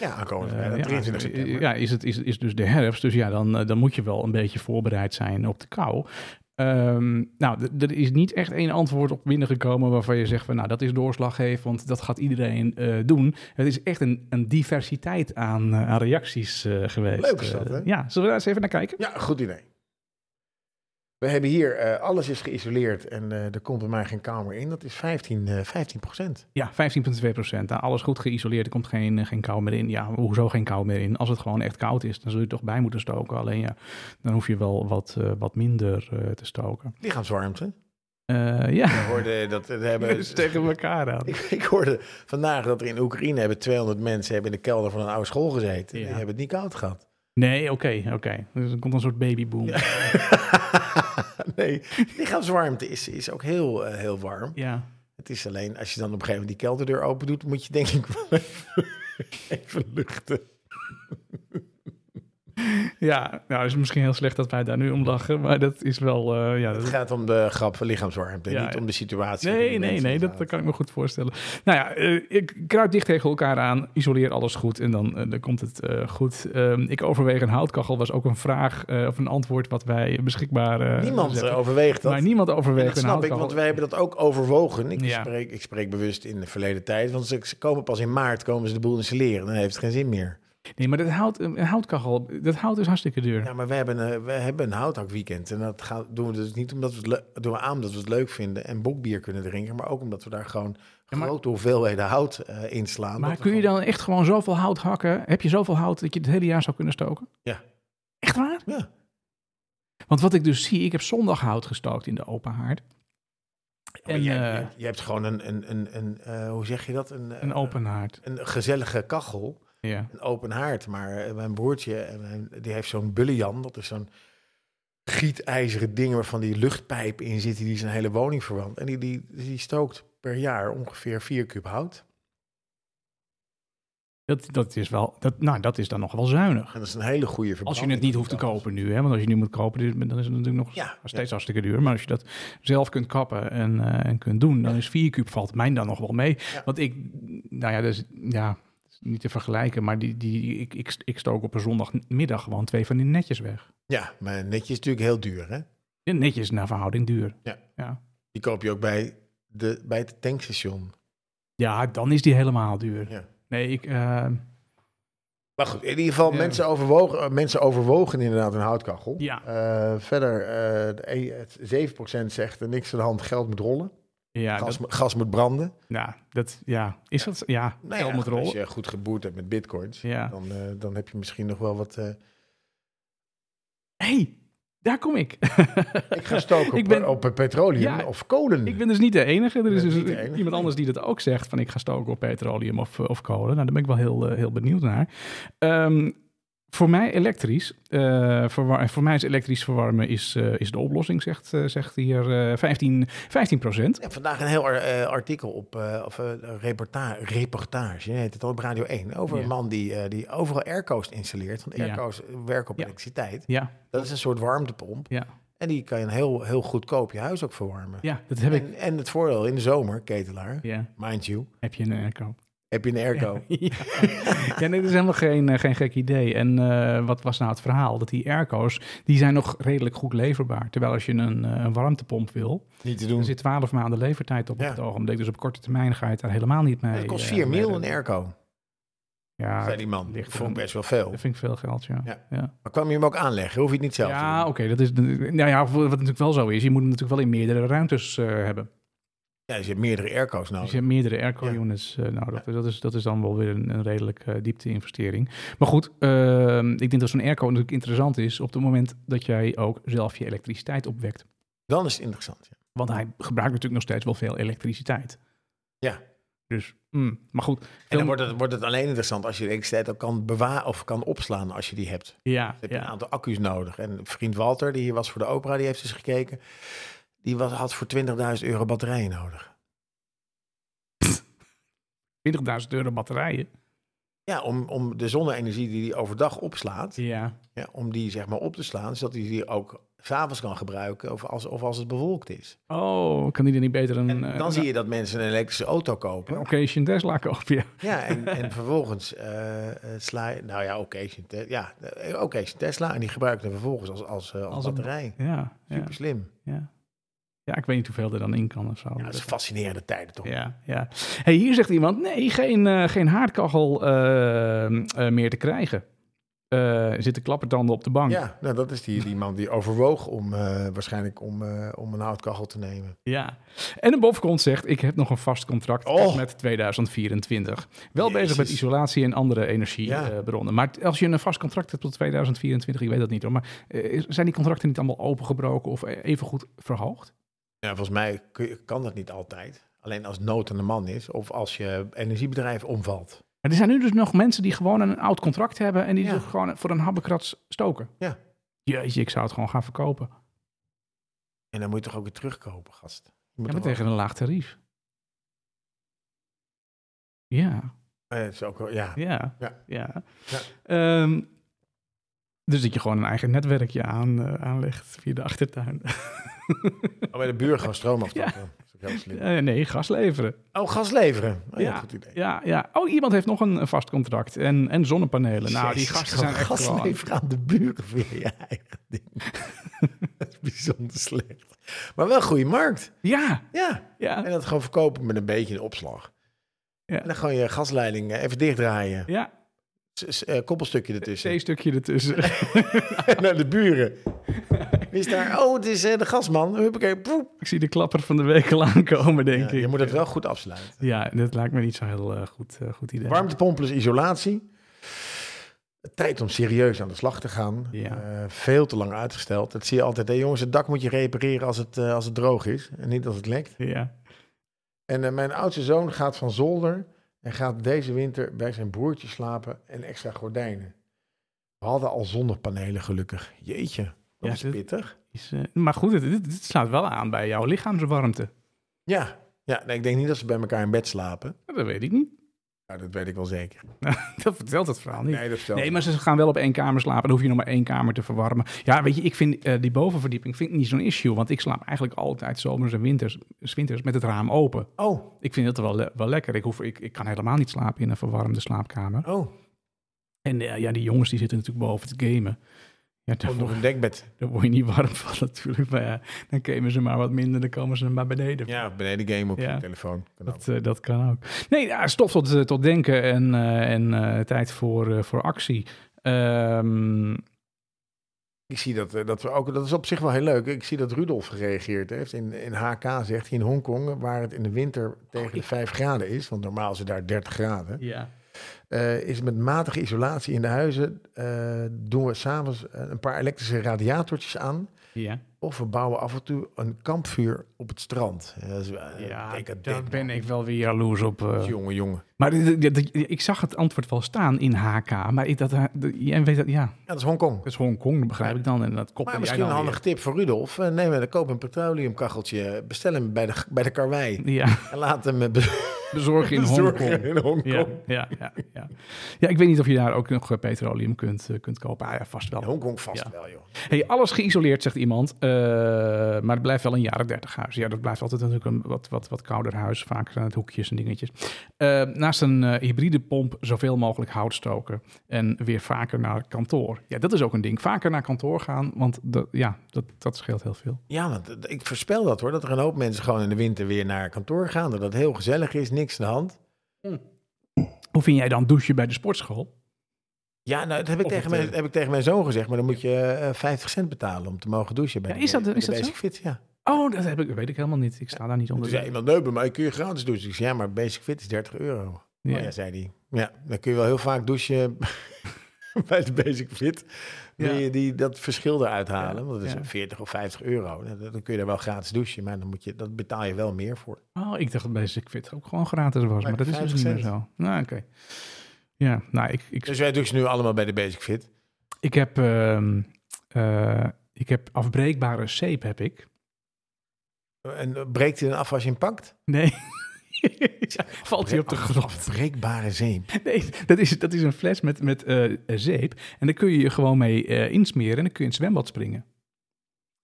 S1: Ja, aankomende
S2: eh,
S1: vrijdag,
S2: ja,
S1: 23 september.
S2: ja, is, het, is, is dus de herfst. Dus ja, dan, eh, dan moet je wel een beetje voorbereid zijn op de kou. Ehm, nou, d- er is niet echt één antwoord op binnengekomen waarvan je zegt van nou dat is doorslaggevend, dat gaat iedereen eh, doen. Het is echt een, een diversiteit aan, eh, aan reacties eh, geweest.
S1: Leuk is dat,
S2: Eh,
S1: hè?
S2: ja, zullen we daar eens even naar kijken?
S1: Ja, goed idee. We hebben hier, eh, alles is geïsoleerd en eh, er komt bij mij geen kamer in. Dat is 15, eh, 15 procent.
S2: Ja, 15,2 procent. Nou, alles goed geïsoleerd, er komt geen, eh, geen kou meer in. Ja, hoezo geen kou meer in? Als het gewoon echt koud is, dan zul je toch bij moeten stoken. Alleen ja, dan hoef je wel wat, eh, wat minder eh, te stoken.
S1: Lichaamswarmte.
S2: Eh, ja,
S1: Ik hoorde, dat, dat hebben,
S2: dus tegen elkaar aan.
S1: ik, ik hoorde vandaag dat er in Oekraïne hebben 200 mensen hebben in de kelder van een oude school gezeten.
S2: Ja.
S1: Die hebben het niet koud gehad.
S2: Nee, oké, oké. Dus er komt een soort babyboom. Ja.
S1: nee, lichaamswarmte is, is ook heel, eh, heel warm.
S2: Ja.
S1: Het is alleen, als je dan op een gegeven moment die kelderdeur open doet, moet je denk ik wel even, even luchten.
S2: Ja, nou is misschien heel slecht dat wij daar nu om lachen, maar dat is wel... eh, ja, dat-
S1: Het gaat om de grap van lichaamswarmte,
S2: Ja,
S1: niet
S2: ja.
S1: om de situatie. die
S2: Nee,
S1: de
S2: nee,
S1: mensen
S2: nee, dat,
S1: ingaat.
S2: dat kan ik me goed voorstellen. Nou ja, eh, ik kruip dicht tegen elkaar aan, isoleer alles goed en dan, eh, dan komt het eh, goed. Ehm, ik overweeg een houtkachel, was ook een vraag eh, of een antwoord wat wij beschikbaar eh,
S1: Niemand
S2: zetten.
S1: eh, overweegt dat.
S2: Maar niemand
S1: En
S2: overweegt
S1: dat
S2: een
S1: snap ik,
S2: houtkachel.
S1: want wij hebben dat ook overwogen. Ik,
S2: Ja.
S1: spreek, ik spreek bewust in de verleden tijd, want ze ze komen pas in maart komen ze de boel installeren. Dan heeft het geen zin meer.
S2: Nee, maar dat hout, eh, een houtkachel, dat hout is hartstikke duur.
S1: Ja, maar wij hebben, eh, wij hebben een houthakweekend. En dat gaan, doen we dus niet omdat we het le- doen we aan omdat we het leuk vinden en bokbier kunnen drinken, maar ook omdat we daar gewoon
S2: Ja, maar-
S1: grote hoeveelheden hout eh, inslaan.
S2: maar
S1: Dat we
S2: kun je
S1: gewoon-
S2: dan echt gewoon zoveel hout hakken? Heb je zoveel hout dat je het hele jaar zou kunnen stoken?
S1: Ja.
S2: Echt waar?
S1: Ja.
S2: Want wat ik dus zie, ik heb zondag hout gestookt in de open haard.
S1: Eh. Maar
S2: En,
S1: jij-
S2: eh,
S1: je, je hebt gewoon een, een, een, een eh, hoe zeg je dat? Een, eh,
S2: Een open haard,
S1: Een gezellige kachel.
S2: ja.
S1: een open haard. Maar eh, mijn broertje, eh, mijn- die heeft zo'n bullejan. Dat is zo'n gietijzeren ding waarvan die luchtpijp in zit. Die zijn hele woning verwandt. En die, die, die stookt per jaar ongeveer vier kub hout.
S2: Dat, dat is wel, dat, nou, dat is dan nog wel zuinig.
S1: En dat is een hele goede
S2: Als
S1: verbranding.
S2: je het niet hoeft te kopen nu, hè? want als je nu moet kopen, dit- dan is het natuurlijk nog
S1: Ja,
S2: steeds hartstikke duur. Maar als je dat zelf kunt kappen en, eh, en kunt doen, dan is 4 kuub valt mij dan nog wel mee.
S1: Ja.
S2: Want ik, nou ja, dat is, ja, dat is niet te vergelijken, maar die, die, ik, ik, ik stook op een zondagmiddag gewoon twee van die netjes weg.
S1: ja, maar netje is natuurlijk heel duur. Hè?
S2: En Netjes naar verhouding duur.
S1: Die koop je ook bij, de, bij het tankstation.
S2: Ja, dan is die helemaal duur.
S1: Ja.
S2: Nee, ik, eh,
S1: Maar goed, in ieder geval,
S2: Ja.
S1: mensen, overwogen, eh, mensen overwogen inderdaad een houtkachel.
S2: Ja.
S1: Eh, verder, eh, de e- het 7% zegt eh, niks aan de hand, geld moet rollen.
S2: ja,
S1: gas,
S2: dat,
S1: mo- gas moet branden.
S2: nou, dat, ja, is dat, ja,
S1: Nou ja,
S2: geld moet
S1: goed, Als
S2: rollen.
S1: je goed geboerd hebt met bitcoins,
S2: Ja.
S1: dan, eh, dan heb je misschien nog wel wat... eh,
S2: hey, daar kom ik.
S1: ik ga stoken
S2: Ik
S1: op,
S2: ben-
S1: op petroleum
S2: Ja.
S1: of kolen.
S2: Ik ben dus niet de enige. Er is
S1: bent
S2: dus
S1: niet de enige.
S2: iemand anders die dat ook zegt. Van ik ga stoken op petroleum of, of kolen. Nou, daar ben ik wel heel, eh, heel benieuwd naar. Ehm, voor mij elektrisch. eh, verwar- voor mij is elektrisch verwarmen is, eh, is de oplossing, zegt, eh, zegt hier eh 15, 15 procent.
S1: Ja, vandaag een heel eh, artikel op, eh, of eh, reporta reportage, heet het al, op Radio 1, over
S2: Ja.
S1: een man die, eh, die overal airco's installeert. Want
S2: Ja.
S1: airco's werken op
S2: Ja.
S1: elektriciteit.
S2: Ja,
S1: Dat is een soort warmtepomp.
S2: Ja.
S1: En die kan je een heel, heel goedkoop je huis ook verwarmen.
S2: ja, dat heb ik.
S1: En, en het voordeel, in de zomer, ketelaar,
S2: Ja,
S1: mind you,
S2: heb je een eh, airco.
S1: heb je een airco.
S2: ja, ja nee, dat is helemaal geen, eh, geen gek idee. En eh, wat was nou het verhaal? Dat die airco's, die zijn nog redelijk goed leverbaar. Terwijl als je een, eh, een warmtepomp wil,
S1: Niet te
S2: Er
S1: doen.
S2: zit 12 maanden levertijd op
S1: Ja.
S2: op het ogenblik. Dus op korte termijn ga je het daar helemaal niet mee.
S1: Het kost
S2: eh,
S1: 4
S2: mee
S1: mil
S2: redden.
S1: een airco,
S2: Ja,
S1: zei die man.
S2: ligt
S1: Ik vond
S2: eraan.
S1: best wel veel.
S2: dat vind ik veel geld, ja.
S1: Ja.
S2: ja.
S1: Maar kwam je hem ook aanleggen? Hoef je het niet zelf
S2: Ja,
S1: te
S2: oké.
S1: doen?
S2: dat is. Nou ja, wat natuurlijk wel zo is, je moet hem natuurlijk wel in meerdere ruimtes eh, hebben.
S1: Ja, dus je hebt meerdere airco's
S2: Dus
S1: nodig.
S2: je hebt meerdere
S1: Ja.
S2: airco-units eh, nodig. Dus dat is, dat is dan wel weer een, een redelijk eh, diepte-investering. Maar goed, ehm, ik denk dat zo'n airco natuurlijk interessant is op het moment dat jij ook zelf je elektriciteit opwekt.
S1: Dan is het interessant. ja.
S2: Want hij gebruikt natuurlijk nog steeds wel veel elektriciteit.
S1: Ja.
S2: Dus, mm, maar goed.
S1: En
S2: veel-
S1: dan wordt het, wordt het alleen interessant als je de elektriciteit ook kan bewaren of kan opslaan als je die hebt. Dan
S2: ja,
S1: heb je
S2: ja.
S1: een aantal accu's nodig. En vriend Walter, die hier was voor de opera, die heeft eens gekeken. Die was, had voor 20.000 euro batterijen nodig.
S2: 20.000 euro batterijen.
S1: Ja, om, om de zonne-energie die hij overdag opslaat,
S2: Ja.
S1: ja, om die zeg maar op te slaan, zodat hij die ook s'avonds kan gebruiken of als, of als het bewolkt is.
S2: Oh, kan die er niet beter een,
S1: En
S2: eh,
S1: dan zie je dat mensen een elektrische auto
S2: een
S1: kopen.
S2: Occasion Tesla kopen? Ja.
S1: Ja, en, en vervolgens eh, eh, sla je... Nou ja, oké, is een Te- ja, eh, oké, is een Tesla. En die gebruikt hem vervolgens als, als, eh, als,
S2: Als een-
S1: batterij.
S2: Ja, ja,
S1: Super slim.
S2: ja. Ja, ik weet niet hoeveel er dan in kan of zo.
S1: Ja, dat is fascinerende tijden toch?
S2: ja, ja. Hey, hier zegt iemand, nee, geen, eh, geen haardkachel eh, eh, meer te krijgen. Eh zitten klappertanden op de bank.
S1: Ja, nou, dat is die, die man die overwoog om eh, waarschijnlijk om, eh, om een houtkachel te nemen.
S2: Ja. En een bovenkant zegt, ik heb nog een vast contract tot
S1: Oh.
S2: met 2024. Wel
S1: Jezus.
S2: bezig met isolatie en andere
S1: Ja.
S2: energiebronnen. Maar t- als je een vast contract hebt tot 2024, ik weet dat niet hoor. Maar eh, is- zijn die contracten niet allemaal opengebroken of eh, evengoed verhoogd?
S1: Ja, volgens mij kun je- kan dat niet altijd. Alleen als nood aan de man is of als je energiebedrijf omvalt.
S2: Maar er zijn nu dus nog mensen die gewoon een oud contract hebben... en die
S1: Ja.
S2: dus gewoon voor een habbekrats stoken.
S1: Ja.
S2: Jeetje, ik zou het gewoon gaan verkopen.
S1: En dan moet je toch ook weer terugkopen, gast. Je moet
S2: Ja,
S1: toch
S2: maar
S1: ook-
S2: tegen een laag tarief. Ja.
S1: eh, het is ook wel- ja.
S2: Ja.
S1: Ja.
S2: ja.
S1: Ja.
S2: Ehm, Dus dat je gewoon een eigen netwerkje aan, eh, aanlegt via de achtertuin.
S1: Oh, bij de buur gewoon stroom aftappen. Dat is ook heel slim.
S2: Eh, nee, gas leveren.
S1: Oh, gas leveren. Oh, ja,
S2: Ja.
S1: goed idee.
S2: Ja, ja. Oh, iemand heeft nog een een vast contract. En, en zonnepanelen. Nou, die
S1: Jezus,
S2: gasten
S1: gewoon
S2: zijn echt
S1: gas
S2: gewoon-
S1: leveren aan de buren via je eigen ding. dat is bijzonder slecht. Maar wel een goede markt.
S2: Ja,
S1: Ja. En
S2: ja,
S1: dat gewoon verkopen met een beetje een opslag.
S2: Ja.
S1: En dan gewoon je gasleiding eh, even dichtdraaien.
S2: ja.
S1: S- s- eh, koppelstukje ertussen.
S2: C-stukje ertussen.
S1: naar de buren. Wie is daar? Oh, het is eh, de gasman. Huppakee, poep.
S2: Ik zie de klapper van de week al aankomen, denk
S1: Ja, je
S2: ik.
S1: moet het wel goed afsluiten.
S2: Ja, dat lijkt me niet zo'n heel eh, goed, eh, goed idee.
S1: Warmtepomp plus isolatie. Tijd om serieus aan de slag te gaan.
S2: Ja.
S1: Eh, veel te lang uitgesteld. Dat zie je altijd. Hé, jongens, het dak moet je repareren als het, eh, als het droog is. En niet als het lekt.
S2: Ja.
S1: En eh, mijn oudste zoon gaat van zolder en gaat deze winter bij zijn broertje slapen en extra gordijnen. We hadden al zonnepanelen gelukkig. Jeetje, dat
S2: Ja,
S1: is
S2: dit-
S1: pittig.
S2: Is, eh, maar goed, dit, dit, dit slaat wel aan bij jouw lichaamswarmte.
S1: Ja, ja nee, ik denk niet dat ze bij elkaar in bed slapen.
S2: Dat weet ik niet.
S1: Nou, dat weet ik wel zeker.
S2: Dat vertelt het verhaal niet.
S1: dat vertelt-
S2: Nee, maar ze gaan wel op één kamer slapen. Dan hoef je nog maar één kamer te verwarmen. Ja, weet je, ik vind eh, die bovenverdieping vind ik niet zo'n issue. Want ik slaap eigenlijk altijd zomers en winters, 's winters met het raam open.
S1: Oh,
S2: Ik vind dat wel, le- wel lekker. Ik, hoef, ik, ik kan helemaal niet slapen in een verwarmde slaapkamer.
S1: oh.
S2: En eh, ja, die jongens die zitten natuurlijk boven te gamen. Ja, daar,
S1: Of nog
S2: word,
S1: een dekbed.
S2: daar word je niet warm van natuurlijk. Maar ja, dan gamen ze maar wat minder. Dan komen ze maar beneden.
S1: Ja, of beneden game op
S2: Ja.
S1: je telefoon. Kan ook.
S2: Dat, eh, dat kan ook. Nee, ja, stof tot, eh, tot denken en, eh, en eh, tijd voor, eh, voor actie. Ehm,
S1: Ik zie dat, eh, dat we ook, dat is op zich wel heel leuk. Ik zie dat Rudolf gereageerd heeft. In, in HK zegt hij in Hongkong, waar het in de winter tegen de
S2: Oh, ik-
S1: 5 graden is, want normaal is het daar 30 graden,
S2: ja.
S1: eh, is met matige isolatie in de huizen, eh, doen we s'avonds een paar elektrische radiatortjes aan.
S2: Ja,
S1: Of we bouwen af en toe een kampvuur op het strand. Ja, dat is, eh,
S2: ja
S1: decadent,
S2: daar
S1: man.
S2: ben ik wel weer jaloers op. eh.
S1: Jongen, jongen.
S2: Maar dit- dit- dit- ik zag het antwoord wel staan in HK. Maar ik, dat, dat- jij weet dat, ja,
S1: Ja, dat is Hongkong.
S2: dat is Hongkong, dat begrijp ik dan. En dat
S1: Maar
S2: koppel jij nou
S1: misschien
S2: dan
S1: een handige tip voor Rudolf. Eh, Neem en koop een petroleumkacheltje. Bestel hem bij de, bij de karwei.
S2: weer. Ja,
S1: En laat hem eh, be-
S2: bezorg in
S1: bezorgen
S2: Hongkong.
S1: in Hongkong.
S2: Ja, ja, ja, ja. ja, ik weet niet of je daar ook nog eh, petroleum kunt, eh, kunt kopen. Ah, ja, vast wel.
S1: Hongkong vast
S2: Ja.
S1: wel, joh.
S2: Hey, alles geïsoleerd, zegt iemand. Eh, maar het blijft wel een jaren dertig huis. Ja, dat blijft altijd natuurlijk een wat, wat, wat kouder huis. Vaak zijn het hoekjes en dingetjes. Eh, naast een eh, hybride pomp zoveel mogelijk hout stoken. En weer vaker naar kantoor. Ja, dat is ook een ding. Vaker naar kantoor gaan, want dat, ja, dat, dat scheelt heel veel.
S1: Ja, want het- ik voorspel dat hoor. Dat er een hoop mensen gewoon in de winter weer naar kantoor gaan. Dat het heel gezellig is, niks aan de hand.
S2: Hoe vind jij dan douchen bij de sportschool?
S1: Ja, nou, dat heb ik,
S2: Of
S1: tegen
S2: het,
S1: mijn,
S2: eh,
S1: heb ik tegen mijn zoon gezegd. Maar dan moet je eh, 50 cent betalen om te mogen douchen. Bij
S2: Ja,
S1: de-
S2: is dat-
S1: bij
S2: is
S1: de
S2: dat
S1: Basic Fit, ja.
S2: Oh, dat heb ik, weet ik helemaal niet. Ik sta daar niet
S1: Toen
S2: onder.
S1: zei iemand, nee, bij mij kun je gratis douchen. Ik zei, ja, maar Basic Fit is 30 euro.
S2: Ja.
S1: Oh ja, zei hij. Ja, dan kun je wel heel vaak douchen bij de Basic Fit. Wil
S2: Ja.
S1: je die, dat verschil eruit halen?
S2: Ja,
S1: Want dat is
S2: ja.
S1: 40 of 50 euro. Nou, Dan dan kun je daar wel gratis douchen, maar dan moet je, dat betaal je wel meer voor.
S2: Oh, ik dacht dat bij Fit ook gewoon gratis was. Maar dat is dus
S1: 50
S2: niet meer
S1: cent.
S2: zo. Nou, oké. Ja, nou, ik, ik
S1: Dus wij douchen nu allemaal bij de Basic Fit.
S2: Ik heb, ehm, eh, ik heb afbreekbare zeep, heb ik.
S1: En eh, breekt hij dan af als je hem pakt?
S2: Nee. Ja, Valt hij op de grond?
S1: Breekbare zeep.
S2: Nee, dat is, dat is een fles met, met eh, zeep. En daar kun je je gewoon mee eh, insmeren en dan kun je in het zwembad springen.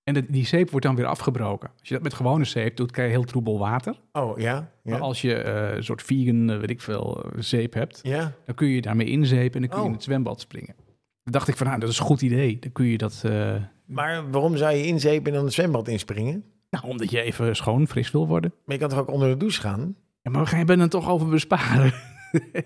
S2: En dat- die zeep wordt dan weer afgebroken. Als je dat met gewone zeep doet, krijg je heel troebel water.
S1: Oh, ja? Ja?
S2: Maar als je eh, een soort vegan, eh, weet ik veel, eh, zeep hebt,
S1: ja?
S2: dan kun je daarmee inzeepen en dan kun je
S1: Oh.
S2: in het zwembad springen. Dan dacht ik van, nou, dat is een goed idee. Dan kun je dat... eh,
S1: Maar waarom zou je inzeepen en dan het zwembad inspringen?
S2: nou, omdat je even schoon, fris wil worden.
S1: Maar je kan toch ook onder de douche gaan?
S2: Ja, maar we gaan het toch over besparen.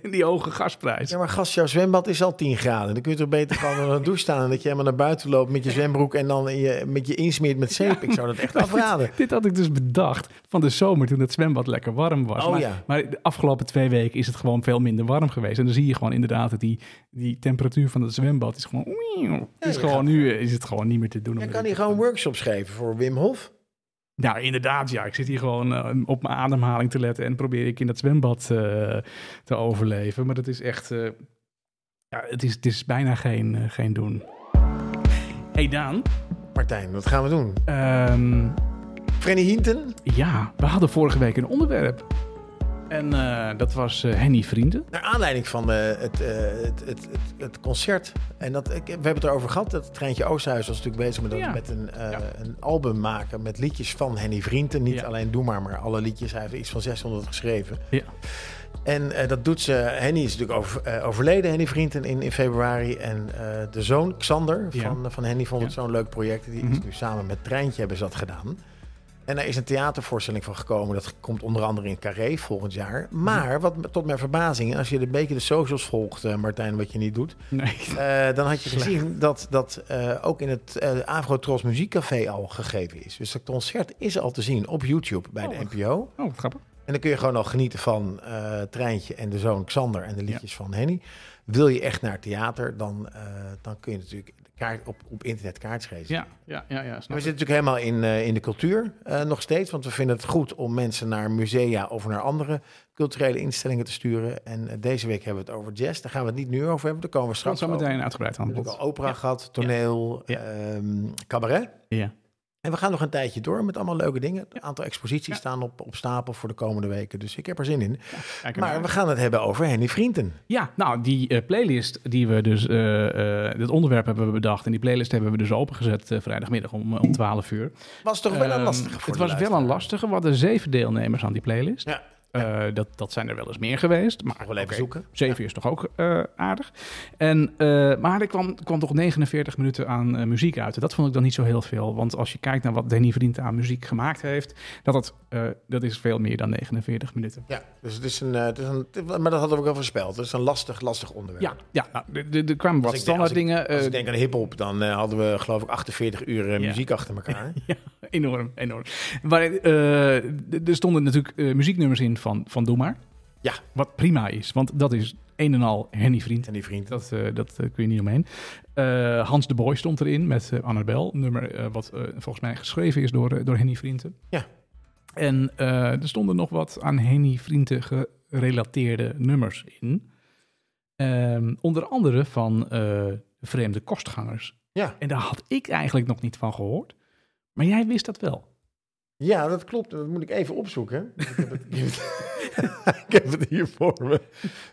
S2: die hoge gasprijs.
S1: Ja, maar gast, jouw zwembad is al 10 graden. Dan kun je toch beter gewoon onder de douche staan... en dat je helemaal naar buiten loopt met je zwembroek... en dan je, met je insmeert met zeep. Ik zou dat echt afraden.
S2: Dit had ik dus bedacht van de zomer toen het zwembad lekker warm was.
S1: Oh,
S2: maar,
S1: ja.
S2: maar de afgelopen twee weken is het gewoon veel minder warm geweest. En dan zie je gewoon inderdaad dat die, die temperatuur van het zwembad is gewoon... is
S1: je
S2: gewoon
S1: gaat-
S2: nu eh, is het gewoon niet meer te doen.
S1: Dan
S2: om-
S1: kan hij gewoon workshops geven voor Wim Hof.
S2: Nou, inderdaad, ja. Ik zit hier gewoon eh, op mijn ademhaling te letten en probeer ik in dat zwembad eh, te overleven. Maar dat is echt, eh, ja, het is, het is bijna geen, eh, geen doen. hey Daan,
S1: Martijn, wat gaan we doen?
S2: Ehm,
S1: Frenny Hinten?
S2: ja, we hadden vorige week een onderwerp. En eh, dat was eh, Henny Vrienden.
S1: Naar aanleiding van eh, het, eh, het, het, het, het concert. En dat, ik, we hebben het erover gehad. Dat treintje Oosthuis was natuurlijk bezig met, dat-
S2: Ja.
S1: met een, eh,
S2: Ja.
S1: een album maken. Met liedjes van Henny Vrienden. Niet
S2: Ja.
S1: alleen Doe Maar, maar alle liedjes. Hij heeft iets van 600 geschreven.
S2: Ja.
S1: En eh, dat doet ze. Henny is natuurlijk over, eh, overleden, Henny Vrienden, in, in februari. En eh, de zoon, Xander,
S2: Ja.
S1: van, eh, van Henny vond het
S2: Ja.
S1: zo'n leuk project. Die is
S2: Mhm.
S1: nu samen met Treintje hebben ze dat gedaan. En daar is een theatervoorstelling van gekomen. Dat komt onder andere in Carré volgend jaar.
S2: Mhm.
S1: Maar, wat me- tot mijn verbazing, als je een beetje de socials volgt, eh, Martijn, wat je niet doet.
S2: Nee.
S1: eh, dan had je
S2: Slecht.
S1: gezien dat dat eh, ook in het eh Afro-Tros Muziekcafé al gegeven is. Dus dat concert is al te zien op YouTube bij
S2: Oh,
S1: de
S2: wat
S1: NPO.
S2: Oh, wat grappig.
S1: En dan kun je gewoon al genieten van eh, Treintje en de zoon Xander en de liedjes van Henny. Wil je echt naar theater, dan, eh, dan kun je natuurlijk kaart op, op internet kaartjes geven.
S2: Ja, ja, ja, ja
S1: En
S2: snap
S1: We
S2: ik.
S1: zitten natuurlijk helemaal in, eh, in de cultuur eh, nog steeds, want we vinden het goed om mensen naar musea of naar andere culturele instellingen te sturen. En eh, deze week hebben we het over jazz. Daar gaan we het niet nu over hebben, daar komen we
S2: Komt
S1: straks
S2: zo
S1: over.
S2: meteen uitgebreid aan
S1: We
S2: het
S1: hebben
S2: bod.
S1: al opera gehad, toneel,
S2: Ja.
S1: ehm, cabaret.
S2: Ja.
S1: En we gaan nog een tijdje door met allemaal leuke dingen. Een aantal exposities
S2: Ja.
S1: staan op, op stapel voor de komende weken, dus ik heb er zin in.
S2: Kijk er
S1: Maar we gaan het hebben over Henny Vrienden.
S2: Ja, nou, die eh, playlist die we dus, eh eh dat onderwerp hebben we bedacht. En die playlist hebben we dus opengezet eh, vrijdagmiddag om, eh, om 12 uur.
S1: Was toch wel een
S2: Ehm,
S1: lastige voor
S2: Het
S1: de
S2: was wel
S1: luisteraar.
S2: een lastige. We hadden zeven deelnemers aan die playlist.
S1: Ja.
S2: Eh, dat, dat zijn er wel eens meer geweest. Maar
S1: Nog wel even
S2: oké,
S1: zoeken.
S2: Zeven is toch ook eh, aardig. En, eh, maar er kwam, kwam toch 49 minuten aan eh, muziek uit. En dat vond ik dan niet zo heel veel. Want als je kijkt naar wat Danny Vriend aan muziek gemaakt heeft, dat, dat, eh, dat is veel meer dan 49 minuten.
S1: Ja, dus het is een, eh, het is een, maar dat hadden we ook al voorspeld. Het is een lastig, lastig onderwerp.
S2: Ja, ja nou, er- er- er kwamen wat
S1: ik denk-
S2: standaard dingen.
S1: Als
S2: eh,
S1: ik denk aan hip-hop, dan eh, hadden we geloof ik 48 uur eh,
S2: Ja.
S1: muziek achter elkaar.
S2: Ja, enorm, enorm. Maar eh, d- er stonden natuurlijk eh, muzieknummers in van, van Doe Maar.
S1: Ja.
S2: Wat prima is, want dat is een en al Henny Vriend.
S1: en die vriend.
S2: Dat, eh, dat eh, kun je niet omheen. Eh, Hans de Boy stond erin met eh, Annabel. Nummer eh, wat eh, volgens mij geschreven is door, eh, door Henny Vrienden.
S1: Ja.
S2: En eh, er stonden nog wat aan Henny Vrienden gerelateerde nummers in. Ehm, onder andere van eh, Vreemde Kostgangers.
S1: Ja.
S2: En daar had ik eigenlijk nog niet van gehoord. Maar jij wist dat wel.
S1: Ja, dat klopt. Dat moet ik even opzoeken. Ik heb het, ik heb het hier voor me.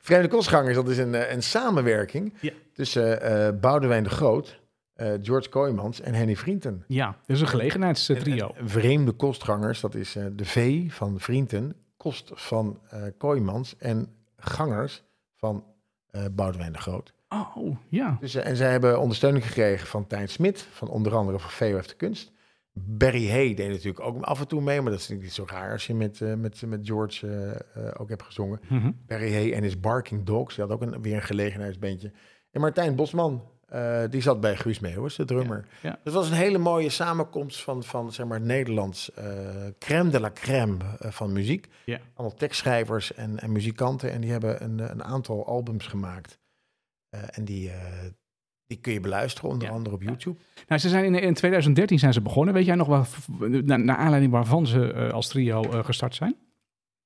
S1: Vreemde Kostgangers, dat is een, eh, een samenwerking
S2: Ja.
S1: tussen eh Boudewijn de Groot, eh, George Kooijmans en Henny Vrienden.
S2: Ja, dat is een gelegenheidstrio.
S1: En- en vreemde kostgangers, dat is eh, de V van Vrienden, kost van eh Kooijmans en gangers van eh Boudewijn de Groot.
S2: Oh, ja.
S1: Dus, eh, en zij hebben ondersteuning gekregen van Tijn Smit, van onder andere van VOF de Kunst. Barry Hay deed natuurlijk ook af en toe mee, maar dat is natuurlijk niet zo raar als je met, eh, met, met George eh, eh, ook hebt gezongen.
S2: Mhm.
S1: Barry Hay en his Barking Dogs, die had ook een, weer een gelegenheidsbandje. En Martijn Bosman, eh, die zat bij Guus Meeuwis, de drummer.
S2: Ja, ja.
S1: Dus het was een hele mooie samenkomst van, van zeg maar, Nederlands eh, crème de la crème eh, van muziek.
S2: Ja.
S1: Allemaal tekstschrijvers en, en muzikanten. En die hebben een, eh, een aantal albums gemaakt. Eh, en die, eh, die kun je beluisteren, onder
S2: Ja.
S1: andere op
S2: Ja.
S1: YouTube.
S2: Nou, ze zijn in, in 2013 zijn ze begonnen. Weet jij nog waar, naar, naar aanleiding waarvan ze eh, als trio eh, gestart zijn?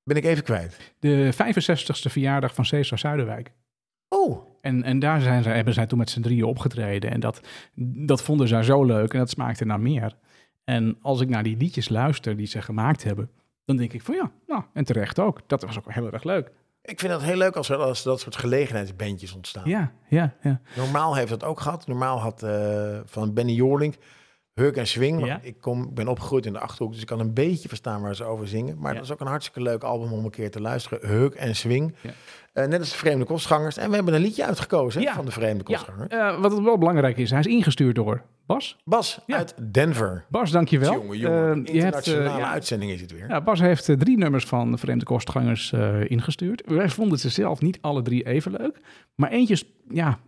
S1: Ben ik even kwijt.
S2: De 65ste verjaardag van Cesar Zuiderwijk.
S1: Oh,
S2: En, en daar zijn zij, hebben zij toen met z'n drieën opgetreden. En dat, dat vonden zij zo leuk en dat smaakte naar meer. En als ik naar die liedjes luister die ze gemaakt hebben, dan denk ik van ja, nou, en terecht ook. Dat was ook heel erg leuk.
S1: ik vind dat heel leuk als er als dat soort gelegenheidsbandjes ontstaan.
S2: Ja, ja, ja.
S1: Normaal heeft dat ook gehad. Normaal had eh, van Benny Jorlink Hurk en Swing. Want
S2: Ja.
S1: Ik kom, ik ben opgegroeid in de Achterhoek, dus ik kan een beetje verstaan waar ze over zingen. Maar dat is ook een hartstikke leuk album om een keer te luisteren. Hurk en Swing.
S2: Ja.
S1: Eh, net als de Vreemde Kostgangers. En we hebben een liedje uitgekozen hè,
S2: Ja.
S1: van de Vreemde
S2: ja
S1: Kostgangers.
S2: eh, wat wel belangrijk is, hij is ingestuurd door Bas.
S1: Bas
S2: Ja.
S1: uit Denver.
S2: Bas, dankjewel.
S1: Jongen, jongen.
S2: Eh, je hebt, eh,
S1: Internationale
S2: ja,
S1: uitzending is het weer.
S2: Ja, Bas heeft eh, drie nummers van Vreemde Kostgangers eh, ingestuurd. Wij vonden ze zelf niet alle drie even leuk. Maar eentje is- ja,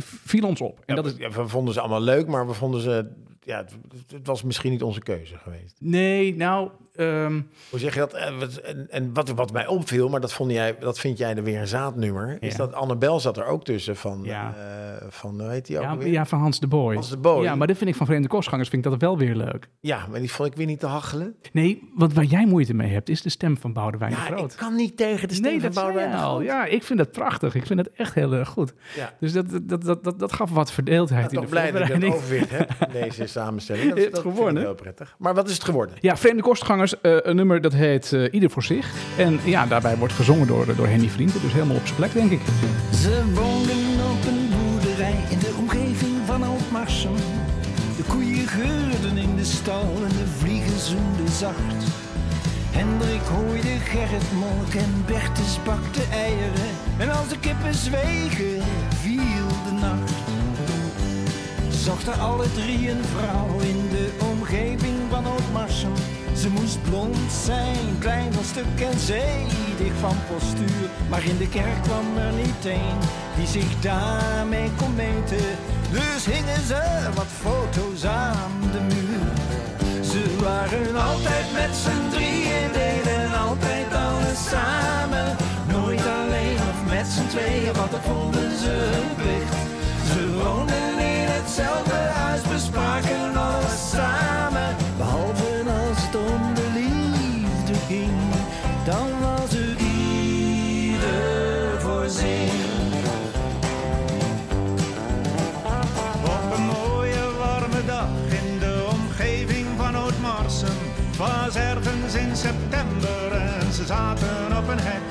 S2: viel ons op. En
S1: Ja,
S2: dat is,
S1: we- we vonden ze allemaal leuk, maar we vonden ze... Ja, het, het was misschien niet onze keuze geweest.
S2: nee, nou, ehm,
S1: Hoe zeg je dat? Eh, wat- En, en wat, wat mij opviel, maar dat, vond jij, dat vind jij er weer een zaadnummer, is
S2: Ja.
S1: dat Annabel zat er ook tussen van,
S2: Ja.
S1: eh, van hoe heet die ook
S2: ja,
S1: weer?
S2: ja, van Hans de Boy.
S1: Hans de Boy.
S2: Ja, maar dat vind ik van Vreemde Kostgangers vind ik dat wel weer leuk.
S1: Ja, maar die vond ik weer niet te hachelen.
S2: Nee, want waar jij moeite mee hebt, is de stem van Boudewijn de
S1: Ja,
S2: Groot.
S1: ik kan niet tegen de stem
S2: nee,
S1: van
S2: dat zei
S1: Boudewijn
S2: je
S1: de
S2: al.
S1: Groot.
S2: Ja, ik vind dat prachtig. Ik vind dat echt heel erg goed.
S1: Ja.
S2: Dus dat, dat, dat, dat, dat gaf wat
S1: Ik
S2: verdeeldheid
S1: ben
S2: in
S1: toch
S2: de
S1: blij dat ik dat
S2: voorbereiding.
S1: overwicht heb in deze samenstelling. Dat,
S2: Het
S1: dat vind ik
S2: geworden.
S1: heel prettig. Maar wat is het geworden?
S2: Ja, Vreemde Kostgangers, eh, een nummer dat heet eh, Ieder voor zich. En ja, daarbij wordt gezongen door, door Henny Vrienden, dus helemaal op zijn plek, denk ik.
S3: Ze woonden op een boerderij in de omgeving van Altmarsen. De koeien geurden in de stal en de vliegen zoemden zacht. Hendrik hooide Gerrit Molk en Bertus bakte eieren. En als de kippen zwegen, viel de nacht. Zochten alle drie een vrouw in de omgeving van Oudmarsen. Ze moest blond zijn, klein van stuk en zedig van postuur. Maar in de kerk kwam er niet een die zich daarmee kon meten. Dus hingen ze wat foto's aan de muur. Ze waren altijd met z'n drieën, deden altijd alles samen. Nooit alleen of met z'n tweeën, want dat vonden ze hun plicht. Ze woonden in hetzelfde huis, bespraken alles samen. Behalve als het om de liefde ging, dan was het ieder voor zich.
S4: Op een mooie warme dag in de omgeving van Oudmarsen was ergens in september en ze zaten op een hek.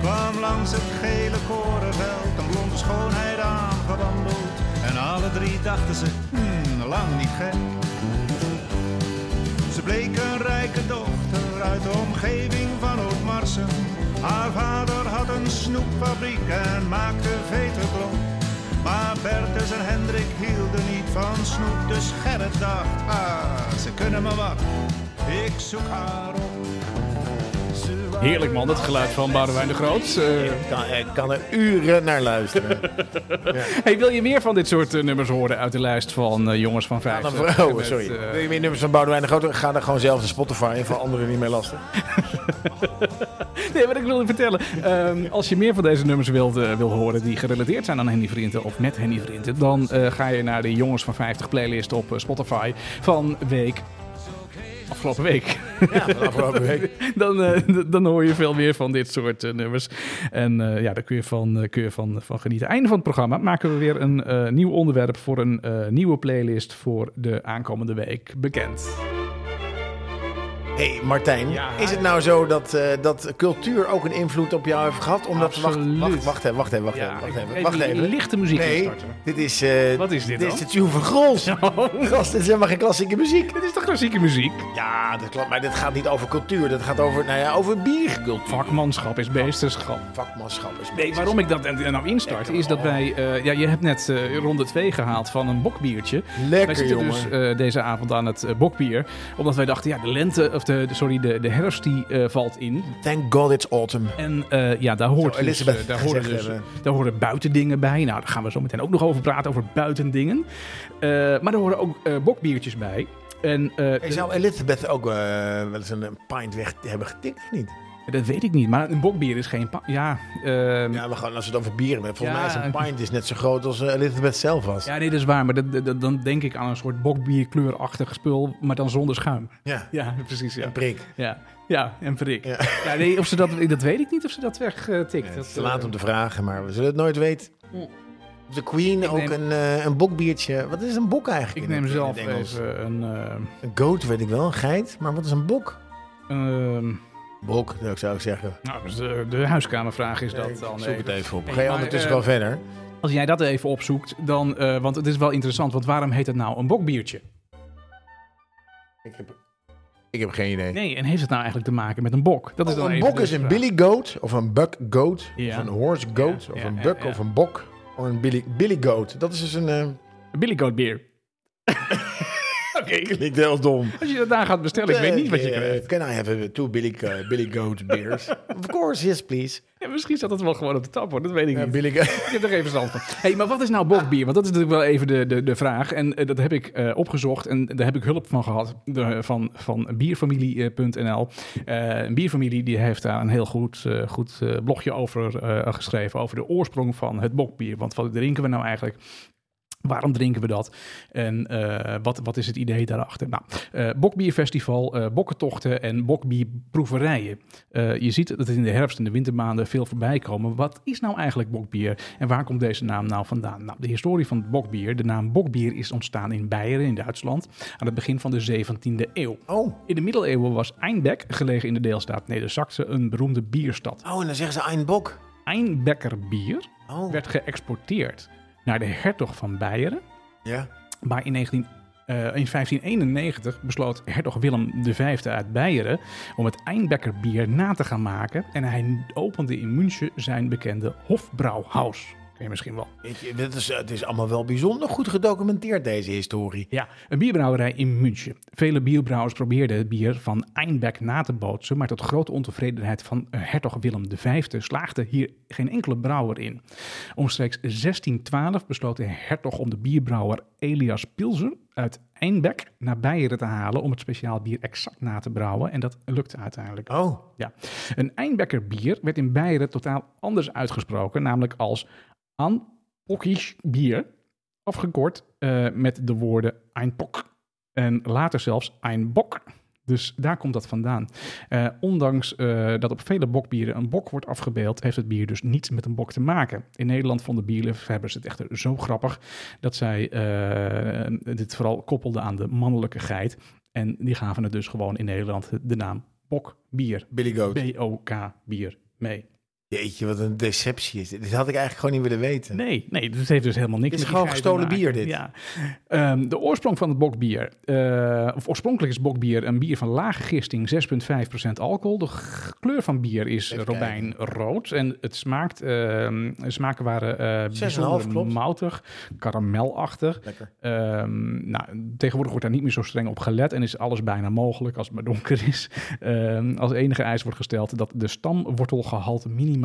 S4: Kwam langs het gele korenveld een blonde schoonheid aangewandeld en alle drie dachten ze, hmm, lang niet gek. Ze bleek een rijke dochter uit de omgeving van Oudmarsen. Haar vader had een snoepfabriek en maakte veterblok. Maar Bertus en Hendrik hielden niet van snoep, dus Gerrit dacht, ah, ze kunnen me wat. Ik zoek haar op.
S3: Ze waren
S2: Heerlijk man, dat geluid van Boudewijn de Groot. Eh,
S1: Ik kan, ik kan er uren naar luisteren.
S2: hey, wil je meer van dit soort eh, nummers horen uit de lijst van eh, jongens van
S1: Aan een
S2: 50?
S1: vrouw,
S2: Met,
S1: oh, sorry.
S2: eh,
S1: Wil je meer nummers van Boudewijn de Grote? Ga dan gewoon zelf naar Spotify en voor anderen niet meer lastig.
S2: Nee, wat ik wilde vertellen. ehm, als je meer van deze nummers wilt, eh, wil horen die gerelateerd zijn aan Henny Vrienden of met Henny Vrienden, dan eh, ga je naar de Jongens van 50 playlist op eh, Spotify van week. Afgelopen week.
S1: Ja, van afgelopen week.
S2: Dan, eh, d- dan hoor je veel meer van dit soort eh, nummers. En eh, ja, daar kun je, van, eh, kun je van, van genieten. Einde van het programma maken we weer een eh, nieuw onderwerp voor een eh, nieuwe playlist voor de aankomende week bekend.
S1: Hé, hey, Martijn.
S2: Ja.
S1: Is het nou zo dat, eh, dat cultuur ook een invloed op jou heeft gehad? Omdat
S2: Absoluut.
S1: Wacht, wacht, wacht even, wacht even, wacht
S2: Ja,
S1: even. Wacht
S2: ik-
S1: even, wacht
S2: even
S1: even.
S2: Lichte muziek
S1: Nee,
S2: instarten.
S1: dit is... eh,
S2: Wat is dit
S1: Dit is
S2: dan?
S1: de
S2: Oh.
S1: tune van Grols. Gast, dit is helemaal geen klassieke muziek.
S2: Dit is toch klassieke muziek?
S1: Ja, dat klopt. Maar dit gaat niet over cultuur. Dat gaat over, nou ja, over biercultuur.
S2: Vakmanschap is beesterschap.
S1: Vakmanschap is
S2: Nee, waarom ik dat en- nou instart, is dat wij... eh, ja, je hebt net eh, ronde 2 gehaald van een bokbiertje. wij
S1: Lekker,
S2: zitten
S1: jongen.
S2: dus eh, deze avond aan het eh, bokbier. Omdat wij dachten, ja, de lente... Of de, de- sorry, de, de herfst die eh, valt in.
S1: Thank God it's autumn.
S2: En eh, ja, daar hoort
S1: Zou
S2: dus,
S1: Elisabeth
S2: eh, daar horen
S1: gezegd
S2: dus
S1: hebben.
S2: daar horen buitendingen bij. Nou, daar gaan we zo meteen ook nog over praten, over buitendingen. Eh, maar er horen ook eh, bokbiertjes bij. En eh,
S1: Hey, zou Elizabeth ook eh, wel eens een, een pint weg hebben getikt of niet?
S2: dat weet ik niet, maar een bokbier is geen... pa- Ja, ehm,
S1: Ja, maar gewoon als we het over bieren hebben. Volgens
S2: Ja,
S1: mij is een
S2: en-
S1: pint is net zo groot als eh, Elizabeth zelf was. Ja.
S2: Ja, nee, dat is waar. Maar dat, dat- dat- dan denk ik aan een soort bokbierkleurachtig spul, maar dan zonder schuim. Ja, precies. Ja,
S1: Een prik.
S2: ja. ja en prik. Ja.
S1: Ja.
S2: nee, of ze dat, dat weet ik niet of ze dat wegtikt.
S1: Ja,
S2: tikt.
S1: het is
S2: dat,
S1: te laat om
S2: eh, Mm.
S1: te vragen, maar we zullen het nooit weten. Of de Queen ook
S2: neem-
S1: een, eh, een bokbiertje. Wat is een bok eigenlijk?
S2: eh, ik
S1: in het-
S2: neem
S1: in
S2: zelf
S1: het Engels?
S2: even een... ehm,
S1: Een goat weet ik wel, een geit. Maar wat is een bok?
S2: ehm,
S1: Bok, zou ik zeggen.
S2: nou, dus de, de huiskamervraag is dat al.
S1: Zoek
S2: Nee.
S1: het even op. Ga
S2: Nee,
S1: je
S2: maar,
S1: ondertussen
S2: eh,
S1: gewoon verder?
S2: Als jij dat even opzoekt, dan... eh, want het is wel interessant, want waarom heet het nou een bokbiertje?
S1: Ik heb, ik heb geen idee.
S2: Nee, en heeft het nou eigenlijk te maken met een bok? Dat is dan
S1: Oh, een
S2: even
S1: bok
S2: de
S1: is een
S2: vraag.
S1: billy goat of een buck goat
S2: Ja.
S1: of een horse goat
S2: Ja,
S1: of
S2: ja,
S1: een
S2: ja,
S1: buck
S2: ja.
S1: of een bok of een billy, billy goat. Dat is dus een... eh,
S2: Een billygoat bier. Oké,
S1: klinkt heel dom.
S2: als je dat daar gaat bestellen, ik weet niet wat je
S1: Eh,
S2: krijgt.
S1: Can I have eh, two billy, eh, billy goat beers? of course, yes please.
S2: Ja, misschien zat het wel gewoon op de tap, hoor. Dat weet ik
S1: Ja,
S2: niet.
S1: billy goat.
S2: Ik heb er geen verstand van. hey, maar wat is nou bokbier? Want dat is natuurlijk wel even de, de, de vraag. En eh, dat heb ik eh, opgezocht en daar heb ik hulp van gehad de, van, van bierfamilie.nl. Eh, een bierfamilie die heeft daar een heel goed, eh, goed eh, blogje over eh, geschreven, over de oorsprong van het bokbier. Want wat drinken we nou eigenlijk? Waarom drinken we dat? En eh, wat, wat is het idee daarachter? Nou, eh, bokbierfestival, eh bokkentochten en bokbierproeverijen. Eh, je ziet dat het in de herfst en de wintermaanden veel voorbij komen. Wat is nou eigenlijk bokbier en waar komt deze naam nou vandaan? Nou, de historie van het bokbier. De naam bokbier is ontstaan in Beieren in Duitsland aan het begin van de 17e eeuw.
S1: Oh,
S2: In de middeleeuwen was Eindbeck, gelegen in de deelstaat Neder-Saxe, een beroemde bierstad.
S1: oh, en dan zeggen ze een bok.
S2: Eindbekkerbier
S1: Oh,
S2: werd geëxporteerd naar de hertog van Beieren.
S1: ja.
S2: Maar in, 19, eh, in 1591 besloot hertog Willem V uit Beieren om het Eindbekkerbier na te gaan maken. En hij opende in München zijn bekende Hofbrouwhaus. Ken je misschien wel.
S1: Het, het is, het is allemaal wel bijzonder goed gedocumenteerd, deze historie.
S2: Ja, een bierbrouwerij in München. Vele bierbrouwers probeerden het bier van Einbeck na te bootsen, maar tot grote ontevredenheid van eh, hertog Willem V slaagde hier geen enkele brouwer in. Omstreeks 1612 besloot de hertog om de bierbrouwer Elias Pilser uit Einbeck naar Beieren te halen om het speciaal bier exact na te brouwen en dat lukte uiteindelijk.
S1: Oh,
S2: Ja. Een Einbecker bier werd in Beieren totaal anders uitgesproken, namelijk als Anpokkisch bier, afgekort eh, met de woorden Einpok en later zelfs Einbok. Dus daar komt dat vandaan. Eh, ondanks eh, dat op vele bokbieren een bok wordt afgebeeld, heeft het bier dus niets met een bok te maken. In Nederland vonden bierliefhebbers het echter zo grappig dat zij eh, dit vooral koppelden aan de mannelijke geit. En die gaven het dus gewoon in Nederland de naam bokbier.
S1: Billy Goat.
S2: BOK bier mee.
S1: Jeetje, wat een deceptie is dit. Dit had ik eigenlijk gewoon niet willen weten.
S2: Nee, nee, dus het heeft dus helemaal niks
S1: Dit is
S2: met die
S1: gewoon
S2: geiten
S1: gestolen
S2: te maken.
S1: bier, dit.
S2: Ja. Ehm, de oorsprong van het bokbier. eh, of oorspronkelijk is bokbier een bier van lage gisting, 6,5% alcohol. De g- kleur van bier is
S1: Even
S2: robijnrood. En het smaakt, ehm, de smaken waren eh
S1: 6,5
S2: bijzonder
S1: klopt.
S2: moutig, karamelachtig.
S1: Lekker.
S2: Ehm, nou, tegenwoordig wordt daar niet meer zo streng op gelet en is alles bijna mogelijk als het maar donker is. Ehm, als enige eis wordt gesteld dat de stamwortelgehalte minimaal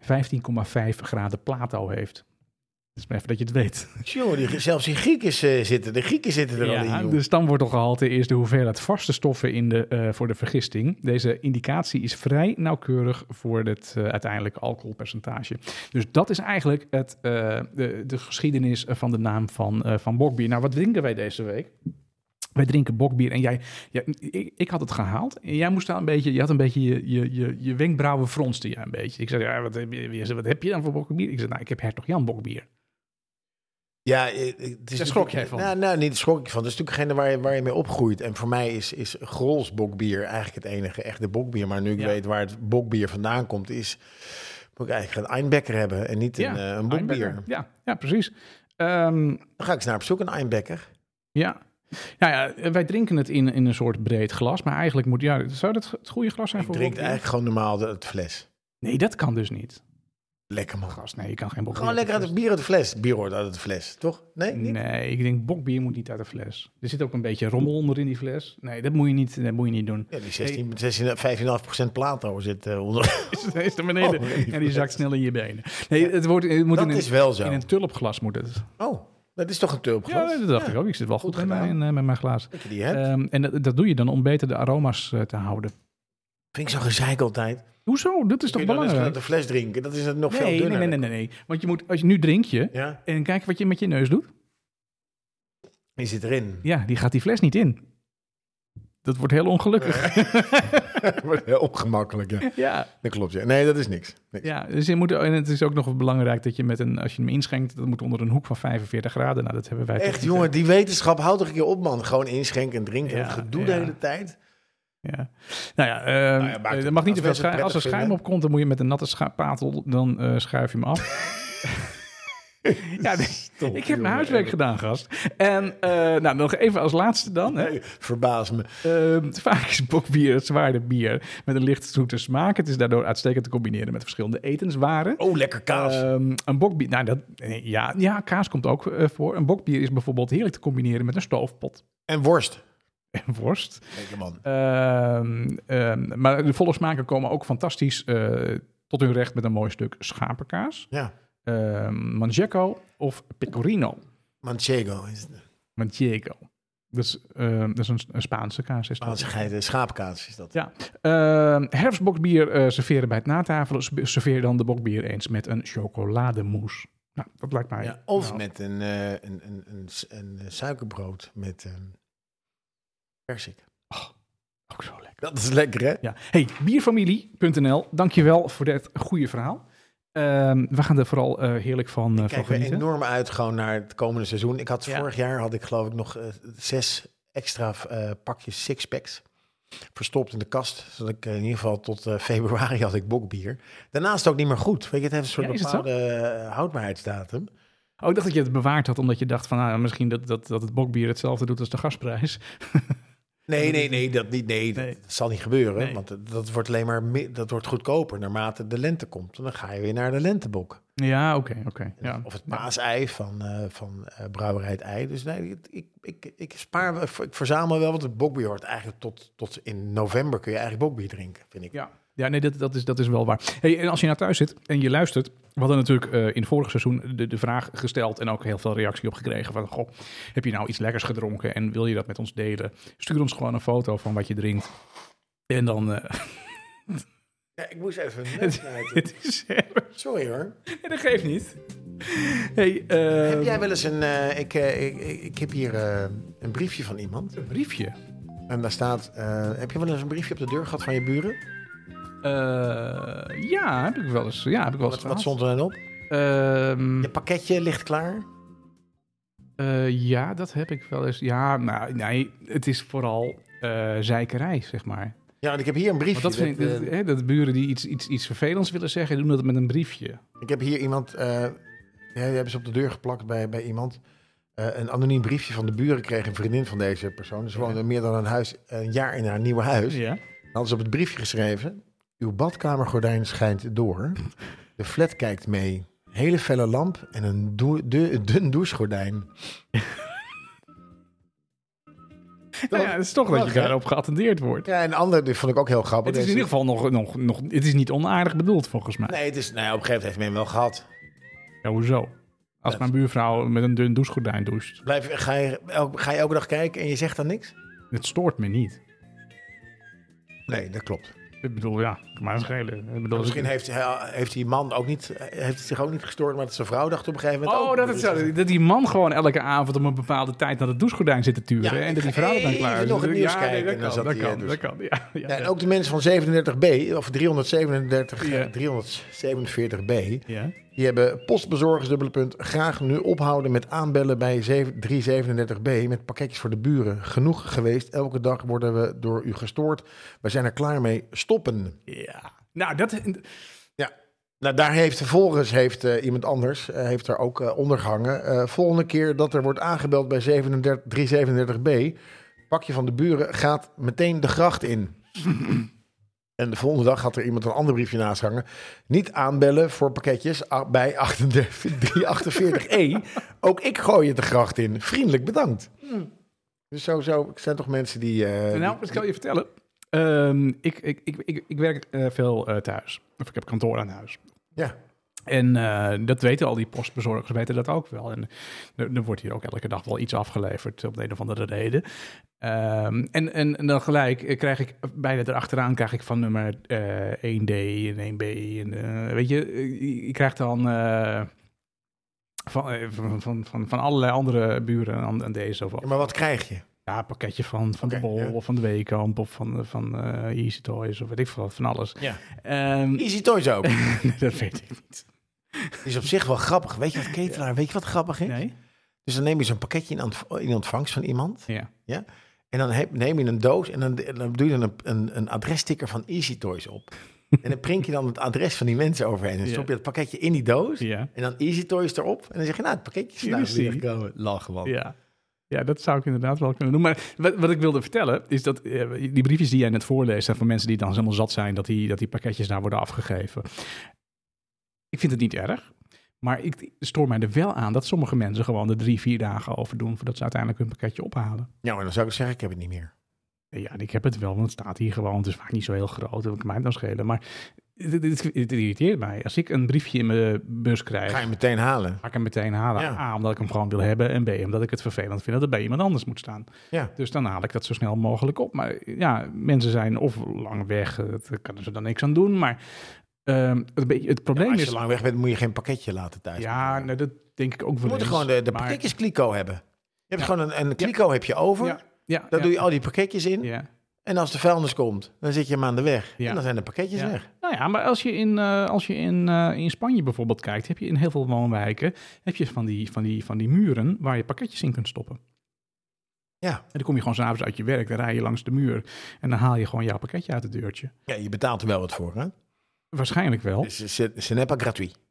S2: 15,5 graden Plato heeft. Dat is maar even dat je het weet.
S1: Tjonge, die, zelfs die Grieken eh, zitten, de Grieken zitten er al in,
S2: Ja, dus-
S1: joh.
S2: de stamwortelgehalte is de hoeveelheid vaste stoffen in de, eh, voor de vergisting. Deze indicatie is vrij nauwkeurig voor het eh, uiteindelijke alcoholpercentage. Dus dat is eigenlijk het, eh, de, de geschiedenis van de naam van, eh, van bokbier. Nou, wat drinken wij deze week? Wij drinken bokbier en jij, jij- ik, ik had het gehaald. En jij moest daar een beetje, je had een beetje je, je, je, je wenkbrauwen fronste je een beetje. Ik zei, ja, wat, heb je- jij zei, wat heb je dan voor bokbier? Ik zei, nou, ik heb hertog Jan bokbier.
S1: Ja, eh, eh, het is natuurlijk-
S2: schrok jij van?
S1: Nou, nou, niet schrok ik van. Dat is natuurlijk geen waar je, waar je mee opgroeit. En voor mij is, is Grols bokbier eigenlijk het enige echte bokbier. Maar nu ik
S2: Ja.
S1: weet waar het bokbier vandaan komt, is moet ik eigenlijk een Einbecker hebben en niet een, eh, een bokbier.
S2: Einbecker. Ja, ja, precies. Ehm,
S1: Dan ga ik eens naar op zoek, een Einbecker.
S2: Ja. Nou ja, wij drinken het in, in een soort breed glas, maar eigenlijk moet... Ja, zou dat het goede glas zijn
S1: Ik
S2: voor
S1: drink
S2: wokbier?
S1: eigenlijk gewoon normaal de, het fles.
S2: Nee, dat kan dus niet.
S1: Lekker man.
S2: Glas, nee, je kan geen bokbier...
S1: Gewoon lekker
S2: uit
S1: uit het bier uit de fles. Bier hoort uit de fles, toch? Nee, niet?
S2: Nee, ik denk bokbier moet niet uit de fles. Er zit ook een beetje rommel onder in die fles. Nee, dat moet je niet, dat moet je niet doen.
S1: Ja, die 16, 16, 15,5% plato zit eh, onder.
S2: Is het is naar beneden
S1: Oh, nee,
S2: en die zakt snel in je benen. Nee, het, wordt, het moet
S1: Dat
S2: in een,
S1: is wel zo.
S2: in een tulpglas moet het.
S1: Oh, dat is toch een tulpglas?
S2: Ja, dat dacht ik ook. Ik zit wel goed,
S1: Goed
S2: bij
S1: gedaan.
S2: mijn, eh, met mijn glaas.
S1: Dat je die hebt.
S2: Ehm, en dat, dat doe je dan om beter de aroma's eh, te houden.
S1: Vind ik zo gezeik altijd.
S2: Hoezo? Dat is
S1: Kun
S2: toch
S1: je dan eens
S2: belangrijk?
S1: uit de fles drinken, dat is het nog veel
S2: nee, nee,
S1: dunner.
S2: nee, nee, nee, nee. Want je moet, als je nu drink je,
S1: Ja,
S2: En kijk wat je met je neus doet.
S1: die zit erin.
S2: Ja, die gaat die fles niet in. Dat wordt heel ongelukkig.
S1: Eh. Dat wordt heel ongemakkelijk, ja.
S2: ja,
S1: Dat klopt, ja. Nee, dat is niks. Niks.
S2: ja. Dus je moet, en het is ook nog belangrijk dat je met een, als je hem inschenkt, dat moet onder een hoek van 45 graden. Nou, dat hebben wij toch
S1: Echt,
S2: niet,
S1: jongen, die wetenschap, houd toch een keer op, man. Gewoon inschenken en drinken.
S2: Ja,
S1: dat gedoe
S2: ja.
S1: de hele tijd.
S2: hè? Ja. Nou ja, ehm,
S1: Nou ja, maakt
S2: er
S1: het-
S2: mag niet
S1: als
S2: te veel
S1: mensen het
S2: schuim. Als er
S1: prettig
S2: schuim
S1: vinden.
S2: op komt, dan moet je met een natte scha- patel, dan eh, schuif je hem af. ja,
S1: Toch,
S2: ik heb
S1: jongen.
S2: mijn huiswerk gedaan, gast. En eh, nou, nog even als laatste dan. Hè.
S1: Nee, verbaas me.
S2: Ehm, vaak is bokbier het zwaarder bier met een licht zoete smaak. Het is daardoor uitstekend te combineren met verschillende etenswaren.
S1: Oh, lekker kaas.
S2: Ehm, een bokbier, nou dat, nee, ja, ja, kaas komt ook eh, voor. Een bokbier is bijvoorbeeld heerlijk te combineren met een stoofpot
S1: en worst.
S2: en worst.
S1: Lekker, man.
S2: Ehm, ehm, maar de volle smaken komen ook fantastisch eh, tot hun recht met een mooi stuk schapenkaas,
S1: Ja,
S2: ehm manchego of pecorino.
S1: manchego. is
S2: Ah,
S1: het.
S2: Manchego. Dat is, ehm, dat is een, een Spaanse kaas. Is dat.
S1: Spaanse geiten, schaapkaas is dat.
S2: Ja. Ehm, herfstbokbier eh, serveren bij het natafelen. Serveer dan de bokbier eens met een chocolademousse. Nou, dat lijkt mij.
S1: Ja, of
S2: nou,
S1: met een, eh, een, een, een, s- een, eh, suikerbrood met ehm persik.
S2: Ook zo lekker.
S1: Dat is lekker, hè?
S2: Ja. Hey, bierfamilie.nl, dankjewel voor dit goede verhaal. Ehm, we gaan er vooral eh, heerlijk van, eh van
S1: Kijken we
S2: genieten.
S1: enorm uit gewoon naar het komende seizoen. Ik had
S2: Ja.
S1: vorig jaar had ik geloof ik nog eh, zes extra eh, pakjes sixpacks verstopt in de kast. Zodat ik eh, in ieder geval tot eh, februari had ik bokbier. Daarnaast ook niet meer goed. Weet je, het heeft een soort
S2: Ja, is het zo?
S1: bepaalde eh, houdbaarheidsdatum.
S2: Oh, ik dacht dat je het bewaard had, omdat je dacht van nou, misschien dat, dat, dat het bokbier hetzelfde doet als de gasprijs.
S1: Nee, nee, nee, dat niet. Nee, dat-
S2: Nee.
S1: dat zal niet gebeuren.
S2: Nee.
S1: Want dat- dat wordt alleen maar mi- dat wordt goedkoper naarmate de lente komt. En dan ga je weer naar de lentebok.
S2: Ja, oké, oké. Ja. Nou,
S1: Of het paasei van, eh van eh, brouwerij het ei. Dus nee, het- ik, ik, ik spaar, wel- ik verzamel wel, want het bokbier hoort eigenlijk tot, tot in november kun je eigenlijk bokbier drinken, vind ik.
S2: Ja, ja nee, dat, dat, is, dat is wel waar. Hey, en als je naar thuis zit en je luistert. We hadden natuurlijk eh, in het vorige seizoen de, de vraag gesteld en ook heel veel reactie op gekregen. Van, goh, heb je nou iets lekkers gedronken en wil je dat met ons delen? Stuur ons gewoon een foto van wat je drinkt. En dan... eh,
S1: ik moest even
S2: het is... Nee,
S1: Sorry hoor.
S2: dat geeft niet. Hey, eh,
S1: Heb jij wel eens een... eh, ik, eh, ik, ik, ik heb hier eh, een briefje van iemand.
S2: een briefje?
S1: En daar staat... eh, heb je wel eens een briefje op de deur gehad van je buren?
S2: Eh, ja, heb ik wel eens. Ja, heb ik wel
S1: Wat, wat
S2: eens gehad.
S1: stond er dan op?
S2: Ehm,
S1: Je pakketje ligt klaar?
S2: Eh, ja, dat heb ik wel eens. Ja, maar nee, het is vooral eh zeikerij, zeg maar.
S1: Ja, want ik heb hier een briefje.
S2: Want dat vind ik, dat,
S1: eh,
S2: hè, dat buren die iets, iets, iets vervelends willen zeggen, doen dat met een briefje.
S1: Ik heb hier iemand, eh, ja, die hebben ze op de deur geplakt bij, bij iemand. Eh, een anoniem briefje van de buren kreeg een vriendin van deze persoon. Ze woonde meer dan een, huis, een jaar in haar nieuwe huis.
S2: Ja.
S1: Dan hadden ze op het briefje geschreven... Uw badkamergordijn schijnt door. De flat kijkt mee. Hele felle lamp en een doe- de- dun douchegordijn.
S2: Nou ja, het is toch dat je
S1: Lachen, hè?
S2: daarop geattendeerd wordt.
S1: Ja, en ander, die vond ik ook heel grappig.
S2: Het is in
S1: Deze-
S2: ieder geval nog, nog, nog het is niet onaardig bedoeld, volgens mij.
S1: Nee, het is, nou ja, op een gegeven moment heeft men hem wel gehad.
S2: Ja, hoezo? Als
S1: Dat-
S2: mijn buurvrouw met een dun douchegordijn doucht,
S1: Blijf, ga, je, el- ga je elke dag kijken en je zegt dan niks?
S2: het stoort me niet.
S1: Nee, dat klopt.
S2: Ik bedoel, ja, kan mij schelen. Ik bedoel, als ik-
S1: Misschien heeft, hij- heeft die man ook niet, eh, heeft het zich ook niet gestoord, maar dat zijn vrouw dacht op een gegeven moment. Dus, eh,
S2: Oh, dat, het zo, dat die man gewoon elke avond om een bepaalde tijd naar het douchegordijn zit te turen.
S1: Ja,
S2: en dat die
S1: ik ga
S2: vrouw dan
S1: even
S2: klaar is.
S1: nog het
S2: Ja,
S1: nieuws
S2: nee,
S1: kijken. En dan
S2: Dat
S1: zat
S2: kan,
S1: hij,
S2: dat
S1: eh,
S2: kan,
S1: dus-
S2: dat kan. Ja, ja,
S1: Ja, en
S2: ja.
S1: ook de mensen van 37B, of 337,
S2: Ja.
S1: eh, 347B,
S2: Ja.
S1: die hebben postbezorgers, dubbele punt, graag nu ophouden met aanbellen bij 7- 337B met pakketjes voor de buren. Genoeg geweest, elke dag worden we door u gestoord. We zijn er klaar mee, stoppen.
S2: Ja. Nou, dat...
S1: Ja. Nou, daar heeft vervolgens heeft, eh, iemand anders eh, heeft daar ook eh, onder gehangen. Eh, volgende keer dat er wordt aangebeld bij 37, 337b, pakje van de buren gaat meteen de gracht in. en de volgende dag had er iemand een ander briefje naast hangen. Niet aanbellen voor pakketjes a- bij 38 348e. E. ook ik gooi het de gracht in. Vriendelijk bedankt. Dus sowieso zijn toch mensen die... eh,
S2: nou, ik zal je vertellen. Ehm, ik, ik, ik, ik, ik werk eh, veel eh, thuis. Of ik heb kantoor aan huis.
S1: ja.
S2: En eh, dat weten al die postbezorgers, weten dat ook wel. En er, er wordt hier ook elke dag wel iets afgeleverd, op de een of andere reden. Ehm, en, en, en dan gelijk eh, krijg ik, bijna erachteraan krijg ik van nummer eh, 1D en 1B. En, eh, weet je, eh, je, je krijgt dan eh, van, eh, van, van, van, van allerlei andere buren aan, aan deze of
S1: Ja, maar wat krijg je?
S2: ja, een pakketje van, van de
S1: Oké,
S2: Bol
S1: ja.
S2: of van de Weekamp of van, van eh, Easy Toys of weet ik veel, wat, van alles.
S1: Ja.
S2: Ehm,
S1: Easy Toys ook.
S2: dat weet ik niet.
S1: is op zich wel grappig. Weet je wat, ketelaar, weet je wat grappig is? Dus dan neem je zo'n pakketje in, aanv- in ontvangst van iemand.
S2: Ja.
S1: Ja? En dan heb, neem je een doos en dan, en dan doe je dan een, een, een adressticker van Easy Toys op. en dan prink je dan het adres van die mensen overheen. En dan
S2: Ja.
S1: stop je het pakketje in die doos.
S2: Ja.
S1: En dan Easy Toys erop. En dan zeg je, nou, het pakketje is vandaag
S2: Easy.
S1: weer gekomen. Lach gewoon.
S2: Ja. ja, dat zou ik inderdaad wel kunnen doen. Maar wat, wat ik wilde vertellen is dat eh, die briefjes die jij net voorleest... zijn van mensen die dan helemaal zat zijn dat die, dat die pakketjes daar worden afgegeven. Ik vind het niet erg. Maar ik stoor mij er wel aan dat sommige mensen gewoon er drie, vier dagen over doen... voordat ze uiteindelijk hun pakketje ophalen.
S1: Ja, maar dan zou ik zeggen, ik heb het niet meer.
S2: Ja, en ik heb het wel, want het staat hier gewoon. Het is vaak niet zo heel groot, dat kan mij dan schelen. Maar het, het- het irriteert mij. Als ik een briefje in mijn bus krijg,
S1: Ga
S2: ga
S1: je meteen halen.
S2: ik hem meteen halen.
S1: Ja.
S2: A, omdat ik hem gewoon wil hebben. En B, omdat ik het vervelend vind dat het bij iemand anders moet staan.
S1: Ja.
S2: Dus dan haal ik dat zo snel mogelijk op. Maar ja, mensen zijn of lang weg, eh, daar kunnen ze dan niks aan doen. Maar Ehm, het, beetje- het probleem
S1: Als je
S2: is...
S1: lang weg bent, moet je geen pakketje laten thuis.
S2: dus- Ja, nou, dat denk ik ook
S1: we
S2: wel
S1: moeten
S2: eens,
S1: gewoon de, de
S2: maar-
S1: pakketjes kliko hebben. Je hebt
S2: Ja.
S1: gewoon een, een kliko heb je over.
S2: Ja, ja,
S1: Daar
S2: ja,
S1: doe je al die pakketjes in.
S2: ja.
S1: En als de vuilnis komt, dan zit je hem aan de weg.
S2: Ja.
S1: En dan zijn de pakketjes
S2: Ja.
S1: weg.
S2: Nou ja, maar als je in, eh, als je in, eh, in Spanje bijvoorbeeld kijkt, heb je in heel veel woonwijken heb je van, die, van, die, van die muren waar je pakketjes in kunt stoppen.
S1: Ja.
S2: En dan kom je gewoon s'avonds uit je werk, dan rij je langs de muur en dan haal je gewoon jouw pakketje uit het deurtje.
S1: Ja, je betaalt er wel wat voor, hè?
S2: Waarschijnlijk wel.
S1: Dus ze- ze n'est pas gratuit.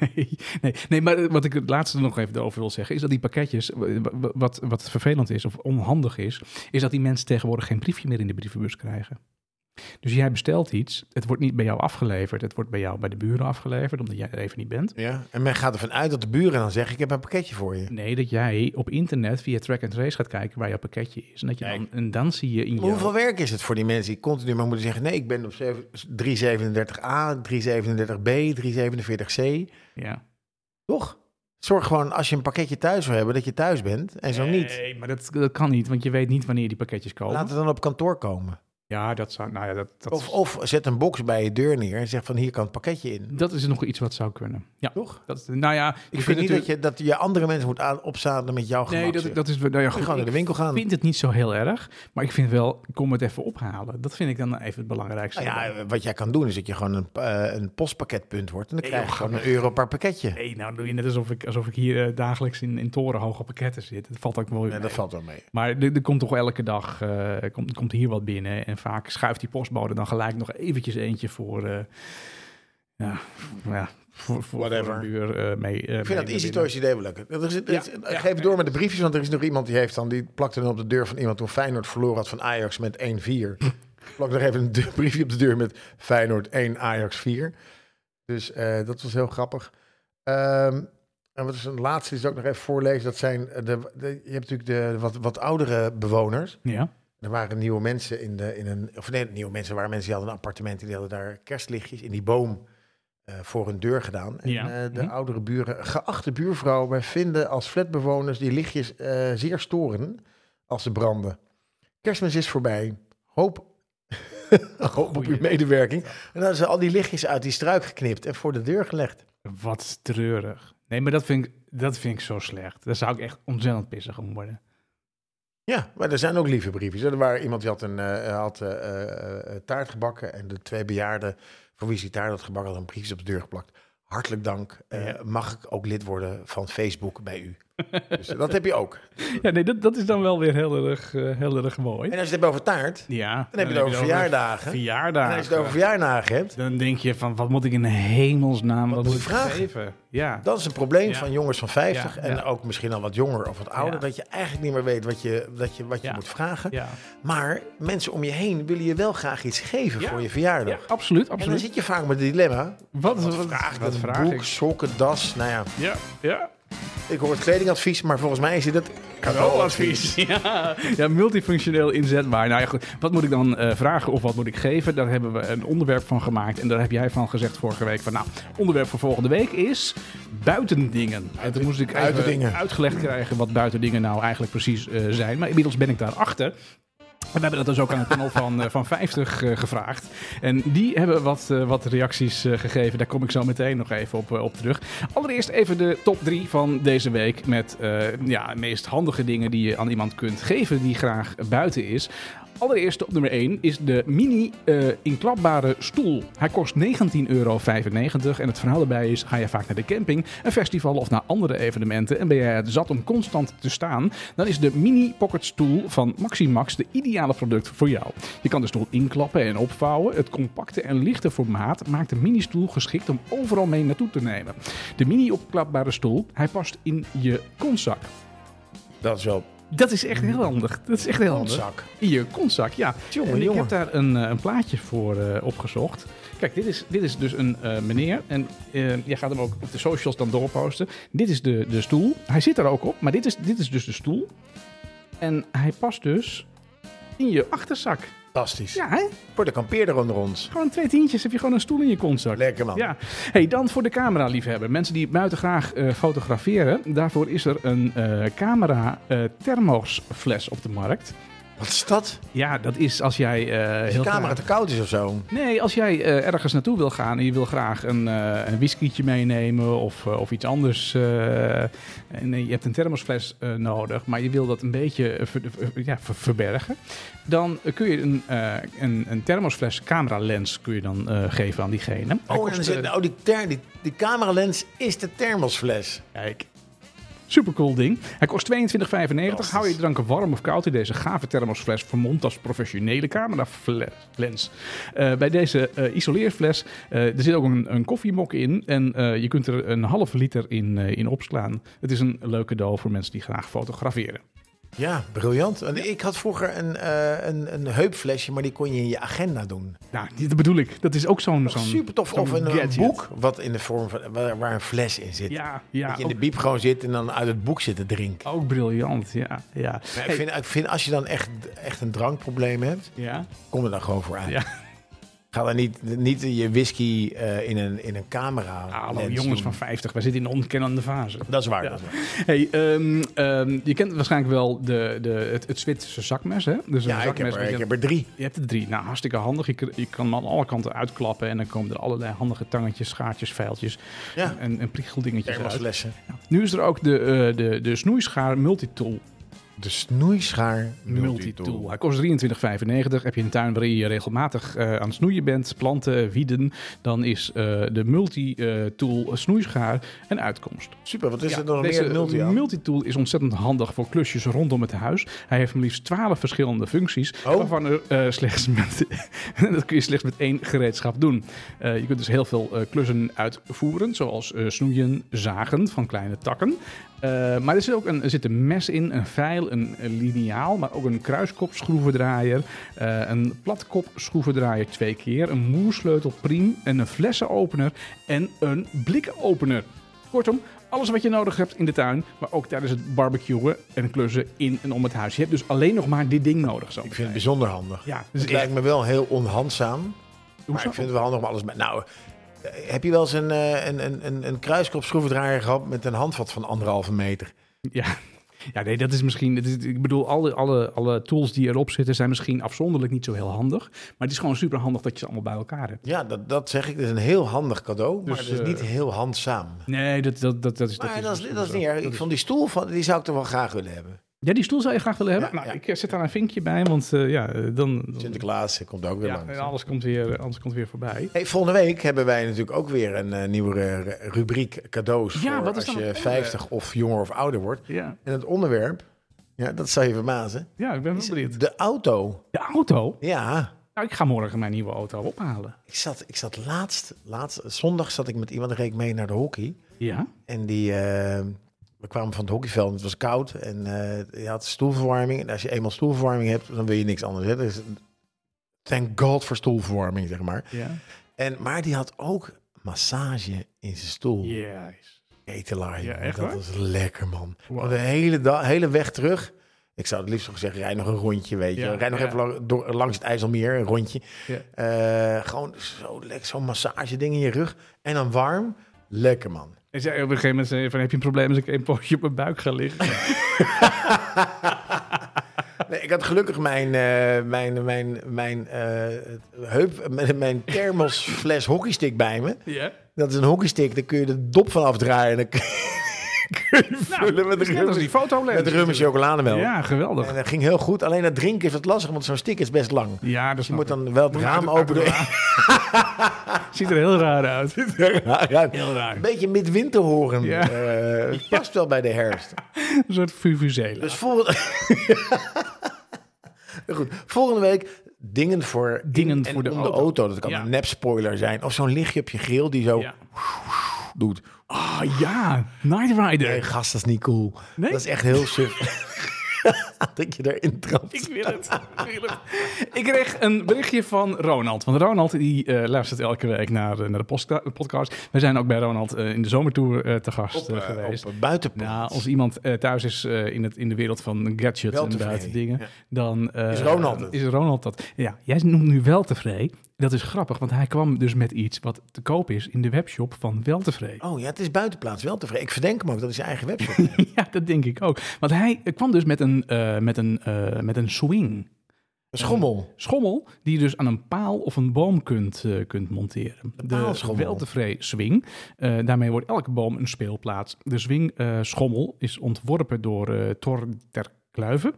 S2: Nee, nee, nee, maar wat ik het laatste nog even over wil zeggen, is dat die pakketjes, w- w- wat, wat vervelend is of onhandig is, is dat die mensen tegenwoordig geen briefje meer in de brievenbus krijgen. Dus jij bestelt iets, het wordt niet bij jou afgeleverd, het wordt bij jou bij de buren afgeleverd, omdat jij er even niet bent.
S1: Ja. En men gaat ervan uit dat de buren dan zeggen, ik heb een pakketje voor je.
S2: Nee, dat jij op internet via track and trace gaat kijken waar jouw pakketje is. En, dat je dan, en dan zie je in
S1: Maar Hoeveel
S2: je...
S1: werk is het voor die mensen die continu maar moeten zeggen... nee, ik ben op zeven- 337a, 337b, 347c.
S2: Ja.
S1: Toch? Zorg gewoon, als je een pakketje thuis wil hebben, dat je thuis bent. En zo niet.
S2: Nee, maar dat, dat kan niet, want je weet niet wanneer die pakketjes komen.
S1: Laat het dan op kantoor komen.
S2: Ja, dat zou... Nou ja, dat, dat,
S1: Of, of zet een box bij je deur neer en zeg van, hier kan het pakketje in.
S2: dat is nog iets wat zou kunnen. Ja.
S1: Toch?
S2: Dat, nou ja, je
S1: Ik
S2: kunt
S1: vind niet
S2: natuurlijk-
S1: dat je, dat je andere mensen moet aan, opzadelen met jouw gemak.
S2: Nee, dat, dat is... Nou ja, goed,
S1: gewoon naar de winkel gaan.
S2: ik vind het niet zo heel erg, maar ik vind wel, kom het even ophalen. Dat vind ik dan even het belangrijkste.
S1: Nou ja, wat jij kan doen is dat je gewoon een, eh, een postpakketpunt wordt. En dan
S2: Nee,
S1: krijg je
S2: joh,
S1: gewoon een euro per pakketje.
S2: Nee, nou doe je net alsof ik, alsof ik hier eh, dagelijks in, in torenhoge pakketten zit. Dat valt ook wel
S1: Nee, dat valt wel mee.
S2: Maar er, er komt toch elke dag eh, komt, komt hier wat binnen. En vaak schuift die postbode dan gelijk nog eventjes eentje voor. eh, ja, ja, voor, voor,
S1: Whatever.
S2: voor een uur eh, mee. eh,
S1: Ik
S2: mee
S1: vind dat
S2: naar
S1: Easy
S2: binnen.
S1: Toys idee wel lekker. Dat is, dat is-
S2: Ja,
S1: eh,
S2: ja.
S1: Geef het door met de briefjes, want er is nog iemand die heeft dan... die plakte dan op de deur van iemand toen Feyenoord verloren had van Ajax met 1-4. Plak nog even een de- briefje op de deur met Feyenoord 1, Ajax 4. Dus eh, dat was heel grappig. Ehm, en wat is een laatste, die zou ik nog even voorlezen. Dat zijn eh, de, de- je hebt natuurlijk de wat, wat oudere bewoners.
S2: Ja,
S1: Er waren nieuwe mensen in, de, in een. Of nee, nieuwe mensen. Er waren mensen die hadden een appartement. en Die hadden daar kerstlichtjes in die boom eh, voor hun deur gedaan. En
S2: Ja.
S1: eh, de
S2: Mhm.
S1: oudere buren. Geachte buurvrouw, wij vinden als flatbewoners die lichtjes eh, zeer storen. als ze branden. Kerstmis is voorbij. Hoop. Hoop op uw
S2: Goeie.
S1: medewerking. En dan hadden ze al die lichtjes uit die struik geknipt en voor de deur gelegd.
S2: wat treurig. Nee, maar dat vind, ik, dat vind ik zo slecht. Daar zou ik echt ontzettend pissig om worden.
S1: Ja, maar er zijn ook lieve briefjes. Er waren iemand die had, een, eh, had eh, eh, eh, taart gebakken. En de twee bejaarden voor wie ze die taart had gebakken, hadden briefjes op de deur geplakt. Hartelijk dank. Eh,
S2: Ja.
S1: Mag ik ook lid worden van Facebook bij u? dus eh, dat heb je ook.
S2: Ja, nee, dat, dat is dan wel weer heel erg, eh, heel erg mooi.
S1: En als je het hebt over taart,
S2: Ja,
S1: dan heb je het over verjaardagen. En als je het
S2: Verjaardagen.
S1: over verjaardagen hebt,
S2: Dan denk je van, wat moet ik in hemelsnaam, wat,
S1: moet
S2: moet ik
S1: ik vragen?
S2: geven? Ja.
S1: dat is een probleem
S2: Ja.
S1: van jongens van 50
S2: Ja,
S1: en
S2: ja.
S1: ook misschien al wat jonger of wat ouder.
S2: Ja.
S1: Dat je eigenlijk niet meer weet wat je, dat je, wat je
S2: Ja.
S1: moet vragen.
S2: Ja.
S1: Maar mensen om je heen willen je wel graag iets geven
S2: Ja.
S1: voor je
S2: ja,
S1: verjaardag.
S2: absoluut,
S1: En dan
S2: absoluut.
S1: zit je vaak met het dilemma.
S2: Wat,
S1: Wat,
S2: wat,
S1: vraag ik?
S2: wat
S1: Een
S2: vraag
S1: broek,
S2: ik?
S1: sokken, das. Nou ja,
S2: Ja, ja.
S1: ik hoor het kledingadvies, maar volgens mij is dit het cadeauadvies.
S2: Ja. oh, ja, multifunctioneel inzetbaar. Nou ja, goed. Wat moet ik dan eh, vragen of wat moet ik geven? Daar hebben we een onderwerp van gemaakt. En daar heb jij van gezegd vorige week van, nou, onderwerp voor volgende week is buitendingen. En toen moest ik even
S1: buitendingen.
S2: uitgelegd krijgen wat buitendingen nou eigenlijk precies eh, zijn. Maar inmiddels ben ik daarachter. En we hebben dat dus ook aan het panel van, eh, van 50 eh, gevraagd. En die hebben wat, eh, wat reacties eh, gegeven. Daar kom ik zo meteen nog even op, eh, op terug. Allereerst even de top 3 van deze week. Met eh, ja, de meest handige dingen die je aan iemand kunt geven die graag buiten is. Allereerst op nummer 1 is de mini eh, inklapbare stoel. Hij kost 19,95 euro. En het verhaal daarbij is: ga je vaak naar de camping, een festival of naar andere evenementen. en ben jij het zat om constant te staan? Dan is de mini pocketstoel van Maximax de ideale product voor jou. Je kan de stoel inklappen en opvouwen. Het compacte en lichte formaat maakt de mini-stoel geschikt om overal mee naartoe te nemen. De mini-opklapbare stoel, hij past in je kontzak.
S1: Dat is wel
S2: Dat is echt heel handig. Dat is echt heel handig.
S1: ontzak.
S2: In je kontzak, ja.
S1: Jongen,
S2: en ik
S1: jongen.
S2: heb daar een, eh, een plaatje voor eh, opgezocht. Kijk, dit is, dit is dus een eh, meneer. En eh, jij gaat hem ook op de socials dan doorposten. Dit is de, de stoel. Hij zit er ook op, maar dit is, dit is dus de stoel. En hij past dus in je achterzak.
S1: Fantastisch.
S2: Ja, hè?
S1: Voor de kampeerder onder ons.
S2: Gewoon twee tientjes heb je gewoon een stoel in je kontzak.
S1: Lekker man.
S2: Ja, hey, dan voor de camera liefhebber. Mensen die buiten graag eh, fotograferen. Daarvoor is er een eh, camera eh thermosfles op de markt.
S1: Wat is dat?
S2: Ja, dat is als jij eh,
S1: Als
S2: heel
S1: de camera
S2: graag-
S1: te koud is of zo.
S2: Nee, als jij eh, ergens naartoe wil gaan en je wil graag een, eh een whiskietje meenemen of, eh, of iets anders. eh, en eh, je hebt een thermosfles eh, nodig, maar je wil dat een beetje eh, ver- ver- ja, ver- verbergen. Dan eh, kun je een, eh, een, een thermosfles camera lens kun je dan, eh, geven aan diegene.
S1: Oh,
S2: Hij
S1: en
S2: kost,
S1: dan zit,
S2: eh,
S1: nou, die, ter, die, die cameralens is de thermosfles.
S2: Kijk. Supercool ding. Hij kost 22,95.
S1: Fantastisch.
S2: Hou je dranken warm of koud in deze gave thermosfles vermomd als professionele cameralens. Eh, bij deze eh, isoleerfles eh, er zit ook een, een koffiemok in en eh, je kunt er een halve liter in, eh, in opslaan. Het is een leuk cadeau voor mensen die graag fotograferen.
S1: Ja, briljant. En Ik had vroeger een, eh, een, een heupflesje, maar die kon je in je agenda doen.
S2: Nou, dit- dat bedoel ik. Dat is ook zo'n... zo'n
S1: Super tof.
S2: zo'n
S1: Of een, een
S2: gadget.
S1: boek wat in de vorm van, waar, waar een fles in zit.
S2: Ja, ja.
S1: dat je in
S2: Ook,
S1: de biep gewoon zit en dan uit het boek zit te drinken.
S2: ook briljant. Ja, ja.
S1: Maar
S2: Hey,
S1: ik, vind, ik vind als je dan echt, echt een drankprobleem hebt,
S2: ja.
S1: kom er dan gewoon voor uit.
S2: Ja.
S1: Ga dan niet, niet je whisky eh, in, een, in een camera.
S2: Hallo
S1: lens
S2: jongens
S1: doen.
S2: van 50, we zitten in een onkennende fase.
S1: Dat is waar.
S2: Ja.
S1: dat is waar.
S2: Hey, ehm, ehm, je kent waarschijnlijk wel de, de, het, het Zwitserse zakmes, hè? Dus een
S1: Ja, ik heb,
S2: zakmes
S1: er,
S2: met
S1: ik
S2: een-
S1: heb er drie.
S2: Je hebt er drie. Nou, hartstikke handig. Je, kun- je kan hem aan alle kanten uitklappen en dan komen er allerlei handige tangetjes, schaartjes, veiltjes
S1: Ja,
S2: en, en prikkeldingetjes uit.
S1: thermosflessen.
S2: Nu is er ook de, eh, de, de snoeischaar multitool.
S1: De snoeischaar
S2: Multitool. Hij kost 23,95. Heb je een tuin waarin je regelmatig eh, aan het snoeien bent, planten, wieden, dan is eh, de multitool snoeischaar een uitkomst.
S1: Super, wat is
S2: Ja,
S1: er nog
S2: deze
S1: meer multi aan?
S2: multitool is ontzettend handig voor klusjes rondom het huis. Hij heeft maar liefst 12 verschillende functies,
S1: Oh.
S2: waarvan er eh, slechts met, dat kun je slechts met één gereedschap doen. Eh, je kunt dus heel veel eh, klussen uitvoeren, zoals eh, snoeien, zagen van kleine takken. Eh, maar er zit ook een, er zit een mes in, een vijl, een, een liniaal, maar ook een kruiskopschroevendraaier, eh, een platkopschroevendraaier twee keer, een moersleutel priem en een flessenopener en een blikopener. Kortom, alles wat je nodig hebt in de tuin, maar ook tijdens het barbecuen en klussen in en om het huis. Je hebt dus alleen nog maar dit ding nodig. Zo.
S1: Ik vind het bijzonder handig.
S2: Ja, dus
S1: Het lijkt me wel heel onhandzaam. Maar ik vind het wel handig om alles met. Nou, eh, heb je wel eens een, eh, een, een, een, een kruiskopschroevendraaier gehad met een handvat van anderhalve meter?
S2: Ja. ja, nee, dat is misschien. het is- ik bedoel, alle, alle, alle tools die erop zitten zijn misschien afzonderlijk niet zo heel handig. Maar het is gewoon super handig dat je ze allemaal bij elkaar hebt.
S1: Ja, dat, dat zeg ik. Dat is een heel handig cadeau, maar
S2: Dus,
S1: het is
S2: eh,
S1: niet heel handzaam.
S2: Nee, dat, dat, dat, dat is.
S1: Maar dat is, dat is
S2: zo. Mm.
S1: niet erg.
S2: Dat
S1: Ik
S2: is-
S1: vond die stoel, van, die zou ik toch wel graag willen hebben.
S2: Ja, die stoel zou je graag willen hebben.
S1: Ja,
S2: nou,
S1: ja.
S2: ik eh, zet daar een vinkje bij, want eh, ja, eh, dan. dan
S1: Sinterklaas eh, komt ook weer
S2: ja,
S1: langs.
S2: en alles komt weer, eh, alles komt weer voorbij.
S1: Hey, volgende week hebben wij natuurlijk ook weer een eh, nieuwe eh, rubriek cadeaus
S2: Ja,
S1: voor
S2: wat is
S1: als
S2: dan
S1: je
S2: het
S1: 50 of jonger of ouder wordt.
S2: Ja,
S1: En het onderwerp, ja, dat zal je verbazen,
S2: ja ik ben wel
S1: is
S2: benieuwd.
S1: de auto.
S2: De auto.
S1: Ja,
S2: Nou, ik ga morgen mijn nieuwe auto ophalen.
S1: ik zat, ik zat laatst, laatst, zondag zat ik met iemand, reed ik mee naar de hockey.
S2: Ja.
S1: En die, eh, we kwamen van het hockeyveld, het was koud en eh, je had stoelverwarming. En als je eenmaal stoelverwarming hebt, dan wil je niks anders. Hè? Dus, thank God voor stoelverwarming, zeg maar.
S2: Ja.
S1: En, maar die had ook massage in zijn stoel.
S2: Yes.
S1: Ketelaar,
S2: Ja,
S1: jongen.
S2: echt
S1: dat
S2: waar?
S1: was lekker, man.
S2: Wow.
S1: De hele, da- hele weg terug. Ik zou het liefst nog zeggen, rij nog een rondje, weet je.
S2: Ja,
S1: rij nog
S2: ja.
S1: even lang- door, langs het IJsselmeer, een rondje.
S2: Ja.
S1: Eh, gewoon zo lekker, zo'n massageding in je rug. En dan warm. Lekker, man.
S2: En zei op een gegeven moment zei je van, heb je een probleem als ik een pootje op mijn buik ga liggen?
S1: Nee, ik had gelukkig mijn, eh, mijn, mijn, mijn, eh, heup, mijn, mijn thermosfles hockeystick bij me.
S2: Ja.
S1: Dat is een hockeystick, daar kun je de dop van afdraaien. En dan kun je, kun je vullen met
S2: Nou, Net als
S1: rum,
S2: die fotolens.
S1: met rum en chocolademelk.
S2: Ja, geweldig.
S1: En dat ging heel goed. Alleen dat drinken is wat lastig, want zo'n stick is best lang. Dus
S2: Ja, dat
S1: Je
S2: snap
S1: moet
S2: ik.
S1: dan wel het
S2: Moet je
S1: raam
S2: uit- uit-
S1: open doen.
S2: Ziet er heel raar uit. Heel
S1: Een
S2: raar.
S1: beetje midwinterhoren.
S2: Ja.
S1: Eh, het past wel bij de herfst.
S2: Een soort fuvuzela.
S1: Dus volgende... Goed, volgende week dingen voor, in-
S2: Dingen
S1: en
S2: voor de
S1: om
S2: auto.
S1: Dat kan
S2: Ja.
S1: een nep spoiler zijn. Of zo'n lichtje op je grill die zo
S2: Ja.
S1: doet.
S2: Ah ja, Night Rider.
S1: Nee, gast, dat is niet cool.
S2: Nee?
S1: Dat is echt heel suf. dat je erin trapt.
S2: Ik wil het. Ik, wil het. ik kreeg een berichtje van Ronald. Want Ronald die eh, luistert elke week naar, eh, naar de postka- podcast. We zijn ook bij Ronald eh, in de zomertour eh, te gast eh,
S1: Eh,
S2: geweest.
S1: op buitenpoort.
S2: Nou, als iemand eh, thuis is eh, in, het, in de wereld van gadgets
S1: Wel
S2: en
S1: tevreden,
S2: buiten dingen, dan eh,
S1: Is Ronald het?
S2: is Ronald dat. Ja, jij noemt nu wel tevreden. dat is grappig, want hij kwam dus met iets wat te koop is in de webshop van Weltevreden.
S1: Oh ja, het is buitenplaats wel tevreden. Ik verdenk hem ook dat hij zijn eigen webshop
S2: Ja, dat denk ik ook. Want hij kwam dus met een, eh, met een, eh, met een swing.
S1: Schommel.
S2: schommel die je dus aan een paal of een boom kunt, eh, kunt monteren. De
S1: paalschommel.
S2: weltevreden swing. Eh, daarmee wordt elke boom een speelplaats. De swing eh, schommel is ontworpen door eh Thor ter Kluiven.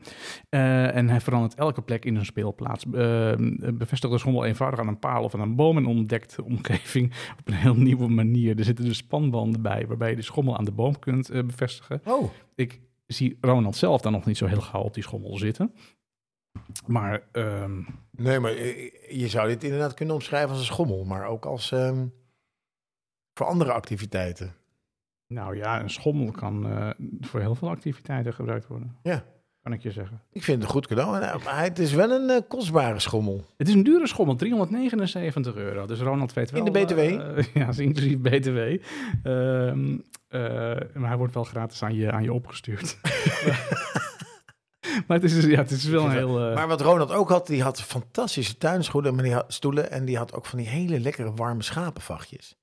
S2: Eh, en hij verandert elke plek in een speelplaats. Eh, bevestigt de schommel eenvoudig aan een paal of aan een boom en ontdekt de omgeving op een heel nieuwe manier. Er zitten dus spanbanden bij waarbij je de schommel aan de boom kunt eh, bevestigen.
S1: Oh,
S2: Ik zie Ronald zelf dan nog niet zo heel gauw op die schommel zitten. Maar ehm,
S1: nee, maar eh, je zou dit inderdaad kunnen omschrijven als een schommel, maar ook als ehm, voor andere activiteiten.
S2: Nou ja, een schommel kan eh, voor heel veel activiteiten gebruikt worden.
S1: Ja.
S2: Kan ik je zeggen.
S1: Ik vind het een goed cadeau. En, eh, maar het is wel een eh, kostbare schommel.
S2: Het is een dure schommel, 379 euro. Dus Ronald weet wel...
S1: In de BTW?
S2: eh, ja, is inclusief BTW. Ehm, eh, maar hij wordt wel gratis aan je, aan je opgestuurd. maar het is, dus- ja, het is wel een heel... eh,
S1: Maar wat Ronald ook had, die had fantastische tuinschoenen, maar die had stoelen en die had ook van die hele lekkere warme schapenvachtjes.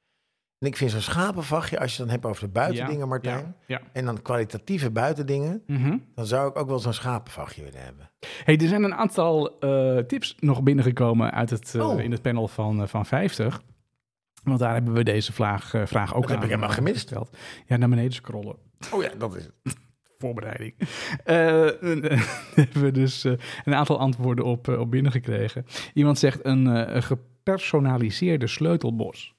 S1: En ik vind zo'n schapenvachtje, als je het dan hebt over de buitendingen,
S2: ja,
S1: Martijn,
S2: Ja. ja.
S1: en dan kwalitatieve buitendingen,
S2: Mhm.
S1: dan zou ik ook wel zo'n schapenvachtje willen hebben.
S2: Hey, er zijn een aantal eh, tips nog binnengekomen uit het, eh,
S1: Oh.
S2: in het panel van, eh, van 50. Want daar hebben we deze vraag, eh, vraag ook
S1: Dat heb
S2: aan
S1: ik helemaal
S2: eh,
S1: gemist.
S2: gesteld. Ja, naar beneden scrollen.
S1: Oh ja, dat is het.
S2: voorbereiding. Eh, eh, hebben we dus eh, een aantal antwoorden op, eh, op binnengekregen. Iemand zegt een, eh, een gepersonaliseerde sleutelbos.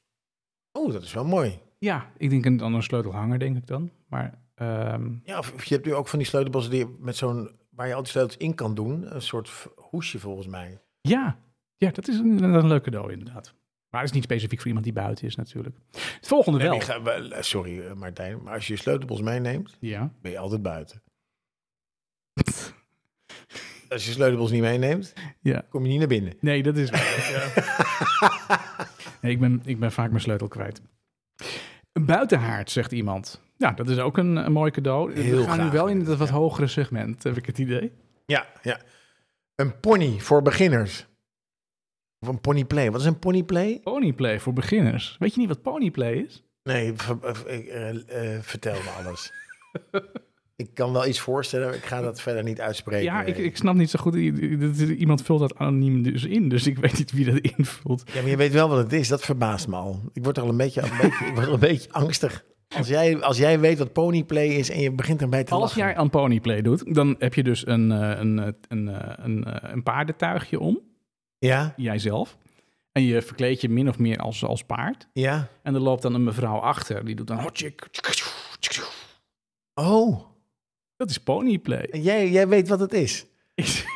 S1: Oh, dat is wel mooi.
S2: Ja, ik denk een, dan een sleutelhanger, denk ik dan. Maar ehm,
S1: Ja, of- of je hebt nu ook van die sleutelbossen die je met zo'n waar je al die sleutels in kan doen, een soort v- hoesje volgens mij.
S2: ja, ja, dat is een, een leuk cadeau inderdaad. Maar het is niet specifiek voor iemand die buiten is natuurlijk. Het volgende
S1: Nee,
S2: wel.
S1: die ga- wel, eh, sorry eh, Martijn, maar als je je sleutelbos meeneemt,
S2: Ja.
S1: ben je altijd buiten. Als je je sleutelbos niet meeneemt,
S2: Ja.
S1: kom je niet naar binnen.
S2: Nee, dat is waar. ja. nee, ik, ben, ik ben vaak mijn sleutel kwijt. Een buitenhaard, zegt iemand. Ja, dat is ook een, een mooi cadeau.
S1: Heel
S2: We gaan nu
S1: graag,
S2: wel in het wat hogere segment, heb ik het idee.
S1: Ja, ja. Een pony voor beginners. Of een ponyplay. Wat is een ponyplay?
S2: Ponyplay voor beginners. Weet je niet wat ponyplay is?
S1: Nee, v- v- ik, eh, eh, vertel me alles. ik kan wel iets voorstellen, maar ik ga dat verder niet uitspreken.
S2: ja, ik, ik snap niet zo goed. I- i- dat- Iemand vult dat anoniem dus in, dus ik weet niet wie dat invult.
S1: Ja, maar je weet wel wat het is. Dat verbaast me al. Ik word er al een beetje, een beetje, ik word al een beetje angstig. Als jij, als jij weet wat ponyplay is en je begint erbij te
S2: Als
S1: lachen.
S2: jij aan ponyplay doet, dan heb je dus een, eh, een, eh, een, eh, een, eh, een paardentuigje om,
S1: Ja,
S2: jijzelf. En je verkleed je min of meer als, als paard.
S1: ja.
S2: En er loopt dan een mevrouw achter, die doet dan hotchik.
S1: Oh,
S2: Dat is ponyplay.
S1: en jij, jij weet wat het is.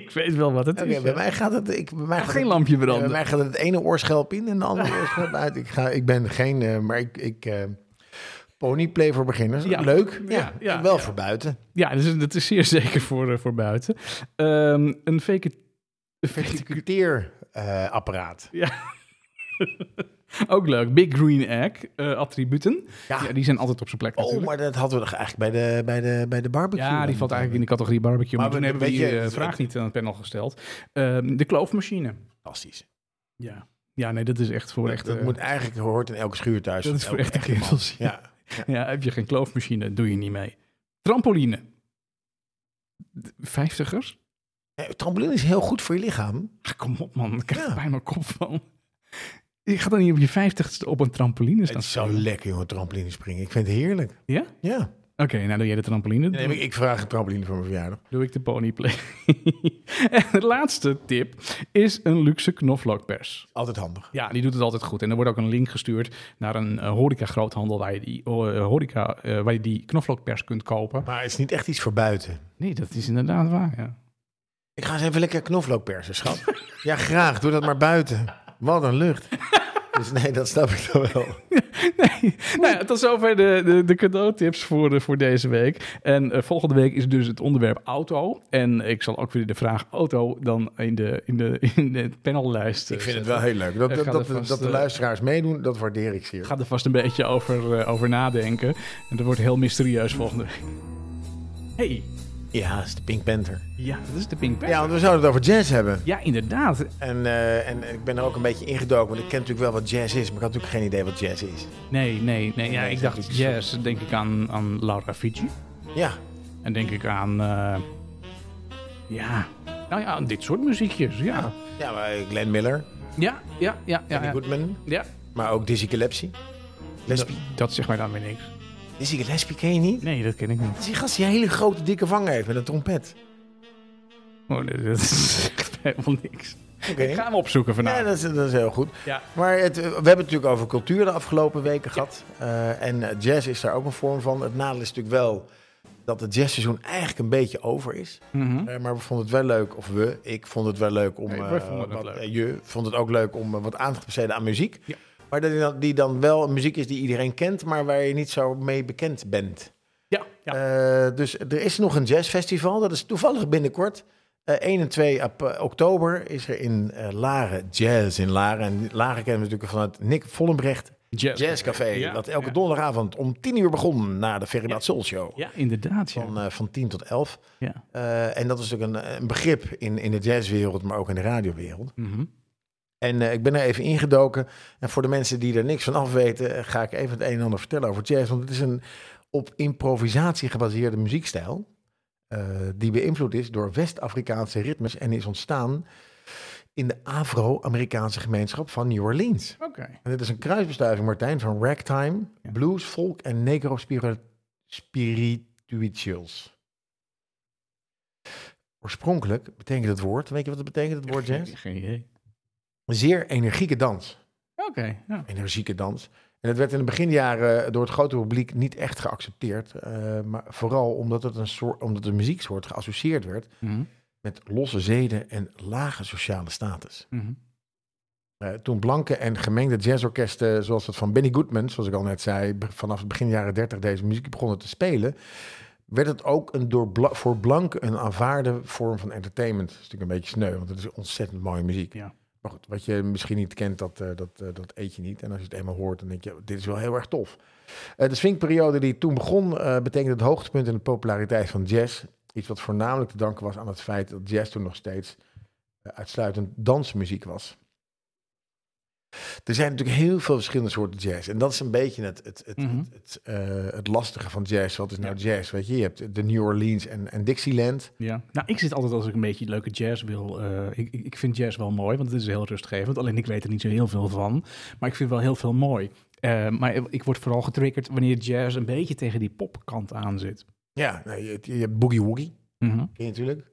S2: ik weet wel wat het
S1: Oké,
S2: is.
S1: bij
S2: ja.
S1: mij gaat het... Ik, bij mij
S2: Gaat
S1: gaat
S2: geen
S1: het-
S2: lampje
S1: Ja, bij
S2: branden.
S1: mij gaat het ene oorschelp in en de andere oorschelp uit. Ik, ga, ik ben geen, eh, maar ik... ik eh, Ponyplay voor beginners.
S2: Ja.
S1: Leuk.
S2: Ja,
S1: Ja,
S2: ja,
S1: wel
S2: ja.
S1: voor buiten.
S2: Ja, dus dat is zeer zeker voor, eh, voor buiten. Ehm, een fake
S1: eh, Verticuteerapparaat.
S2: Ook leuk. Big Green Egg eh, attributen. Ja.
S1: Ja.
S2: die zijn hadden het op zijn plek
S1: oh,
S2: natuurlijk.
S1: maar dat hadden we toch eigenlijk bij de, bij de, bij de barbecue.
S2: Ja, die
S1: dan.
S2: valt eigenlijk in de categorie barbecue. Maar,
S1: Maar
S2: toen
S1: we-
S2: hebben we
S1: weet
S2: die
S1: je,
S2: eh,
S1: het-
S2: vraag niet aan het panel gesteld. Ehm, de kloofmachine.
S1: Fantastisch.
S2: Ja. ja, nee, dat is echt voor echt...
S1: dat
S2: eh,
S1: moet eigenlijk hoort in elke schuur thuis.
S2: dat is voor
S1: Elke-
S2: echte
S1: elke man.
S2: kerels.
S1: Ja.
S2: ja, heb je geen kloofmachine, doe je niet mee. Trampoline. D- Vijftigers?
S1: Eh, Trampoline is heel goed voor je lichaam.
S2: Ah, kom op man, ik krijg
S1: Ja.
S2: er bijna kop van. Je gaat dan niet op je vijftigste op een trampoline staan.
S1: Het is zo lekker, jongen, trampoline springen. Ik vind het heerlijk.
S2: Ja?
S1: Ja.
S2: Oké, nou doe jij de trampoline.
S1: Nee, maar ik vraag een trampoline voor mijn verjaardag.
S2: doe ik de ponyplay. en de laatste tip is een luxe knoflookpers.
S1: Altijd handig.
S2: Ja, die doet het altijd goed. En er wordt ook een link gestuurd naar een eh, horeca-groothandel waar je die, eh, horeca, eh, waar je die knoflookpers kunt kopen.
S1: Maar het is niet echt iets voor buiten.
S2: Nee, dat is inderdaad waar, ja.
S1: Ik ga eens even lekker knoflook persen, schat. ja, graag. Doe dat maar buiten. Wat een lucht. Dus nee, dat snap ik dan wel.
S2: Nee, nou ja, tot zover de, de, de cadeautips voor, eh, voor deze week. En eh, volgende week is dus het onderwerp auto. En ik zal ook weer de vraag auto dan in de, in de, in de panellijst eh,
S1: Ik vind het
S2: zetten.
S1: wel heel leuk. Dat,
S2: Ik
S1: dat,
S2: ga
S1: dat,
S2: er vast,
S1: dat de
S2: eh,
S1: luisteraars meedoen, dat waardeer ik zeer.
S2: Ga er vast een beetje over, eh, over nadenken. En dat wordt heel mysterieus volgende week. Hey,
S1: Ja, dat is de Pink Panther.
S2: Ja, dat is de Pink Panther.
S1: Ja,
S2: Ja,
S1: want we zouden het over jazz hebben.
S2: inderdaad.
S1: En, eh, en ik ben er ook een beetje ingedoken, want ik ken natuurlijk wel wat jazz is, maar ik had natuurlijk geen idee wat jazz is.
S2: Nee, nee, nee. Ja, ik dacht jazz. Dan denk ik aan, aan Laura Fiji.
S1: Ja,
S2: En denk ik aan... eh, ja... Nou ja, aan dit soort muziekjes. Ja,
S1: ja maar eh, Glenn Miller,
S2: ja, ja, ja. ja,
S1: Benny
S2: ja,
S1: Goodman,
S2: Ja,
S1: maar ook Dizzy Gillespie.
S2: dat,
S1: Gillespie.
S2: dat zegt mij dan weer niks.
S1: Dizzy Gillespie ken je niet?
S2: Nee, dat ken ik
S1: Dat
S2: niet.
S1: is die gast die een hele grote dikke vanger heeft met een trompet.
S2: Oh, nee, dat zegt mij helemaal niks.
S1: Oké.
S2: Ik ga hem opzoeken
S1: Ja,
S2: vanavond.
S1: dat is, dat is heel goed.
S2: Nou. Ja.
S1: Maar het, we hebben het natuurlijk over cultuur de afgelopen weken gehad. Eh, en eh, jazz is daar ook een vorm van. Het nadeel is natuurlijk wel dat het jazzseizoen eigenlijk een beetje over is.
S2: Mhm.
S1: Eh, maar we vonden het wel leuk, of we, ik vond het wel leuk om...
S2: Nee,
S1: eh,
S2: wij vonden het
S1: wat,
S2: leuk.
S1: eh, je vond het ook leuk om eh, wat aandacht te besteden aan muziek.
S2: Ja.
S1: Maar dat die dan, die dan wel muziek is die iedereen kent, maar waar je niet zo mee bekend bent.
S2: Ja, ja.
S1: Eh, dus er is nog een jazzfestival. Dat is toevallig binnenkort. Eh, 1 en 2 ap- eh, oktober is er in eh, Laren jazz in Laren. En Laren kennen we natuurlijk vanuit Nick Vollenbrecht
S2: Jazz.
S1: Jazzcafé.
S2: Ja,
S1: dat elke
S2: ja.
S1: donderdagavond om 10 uur begon na de Ferdinand Soul Show.
S2: Ja, inderdaad. Ja.
S1: Van, eh, van 10 tot 11.
S2: ja.
S1: Eh, en dat is natuurlijk een, een begrip in, in de jazzwereld, maar ook in de radiowereld.
S2: Mhm.
S1: En eh, ik ben er even ingedoken. En voor de mensen die er niks van af weten, eh, ga ik even het een en ander vertellen over jazz. Want het is een op improvisatie gebaseerde muziekstijl. eh, die beïnvloed is door West-Afrikaanse ritmes en is ontstaan in de Afro-Amerikaanse gemeenschap van New Orleans.
S2: Oké.
S1: En dit is een kruisbestuiving, Martijn, van ragtime,
S2: Ja.
S1: blues, folk en negro-spirituals. Oorspronkelijk betekent het woord, weet je wat het betekent, het woord jazz?
S2: Geen- Geen idee.
S1: Een zeer energieke dans
S2: Oké. ja.
S1: energieke dans. En het werd in de beginjaren door het grote publiek niet echt geaccepteerd. eh, maar vooral omdat, het een soort, omdat de muzieksoort geassocieerd werd
S2: Mhm.
S1: met losse zeden en lage sociale status.
S2: Mhm.
S1: Eh, toen blanke en gemengde jazzorkesten, zoals dat van Benny Goodman, zoals ik al net zei, be- vanaf het begin jaren 30 deze muziek begonnen te spelen, werd het ook een door bla- voor blanken een aanvaarde vorm van entertainment. Dat is natuurlijk een beetje sneu, want het is ontzettend mooie muziek.
S2: Ja.
S1: Maar goed, wat je misschien niet kent, dat, eh, dat, eh, dat eet je niet. En als je het eenmaal hoort, dan denk je, dit is wel heel erg tof. Eh, de swingperiode die toen begon, eh, betekende het hoogtepunt in de populariteit van jazz. Iets wat voornamelijk te danken was aan het feit dat jazz toen nog steeds eh, uitsluitend dansmuziek was. Er zijn natuurlijk heel veel verschillende soorten jazz. En dat is een beetje het, het, het,
S2: Mhm.
S1: het, het, eh, het lastige van jazz. Wat is nou jazz? Weet je, je hebt de New Orleans en, en Dixieland.
S2: Ja. Nou, ik zit altijd als ik een beetje leuke jazz wil. eh, ik, ik ik vind jazz wel mooi, want het is heel rustgevend. Alleen ik weet er niet zo heel veel van. Maar ik vind wel heel veel mooi. Eh, maar ik word vooral getriggerd wanneer jazz een beetje tegen die popkant aan zit.
S1: Ja, nou, je, hebt- je hebt Boogie Woogie,
S2: Mhm.
S1: ken je natuurlijk.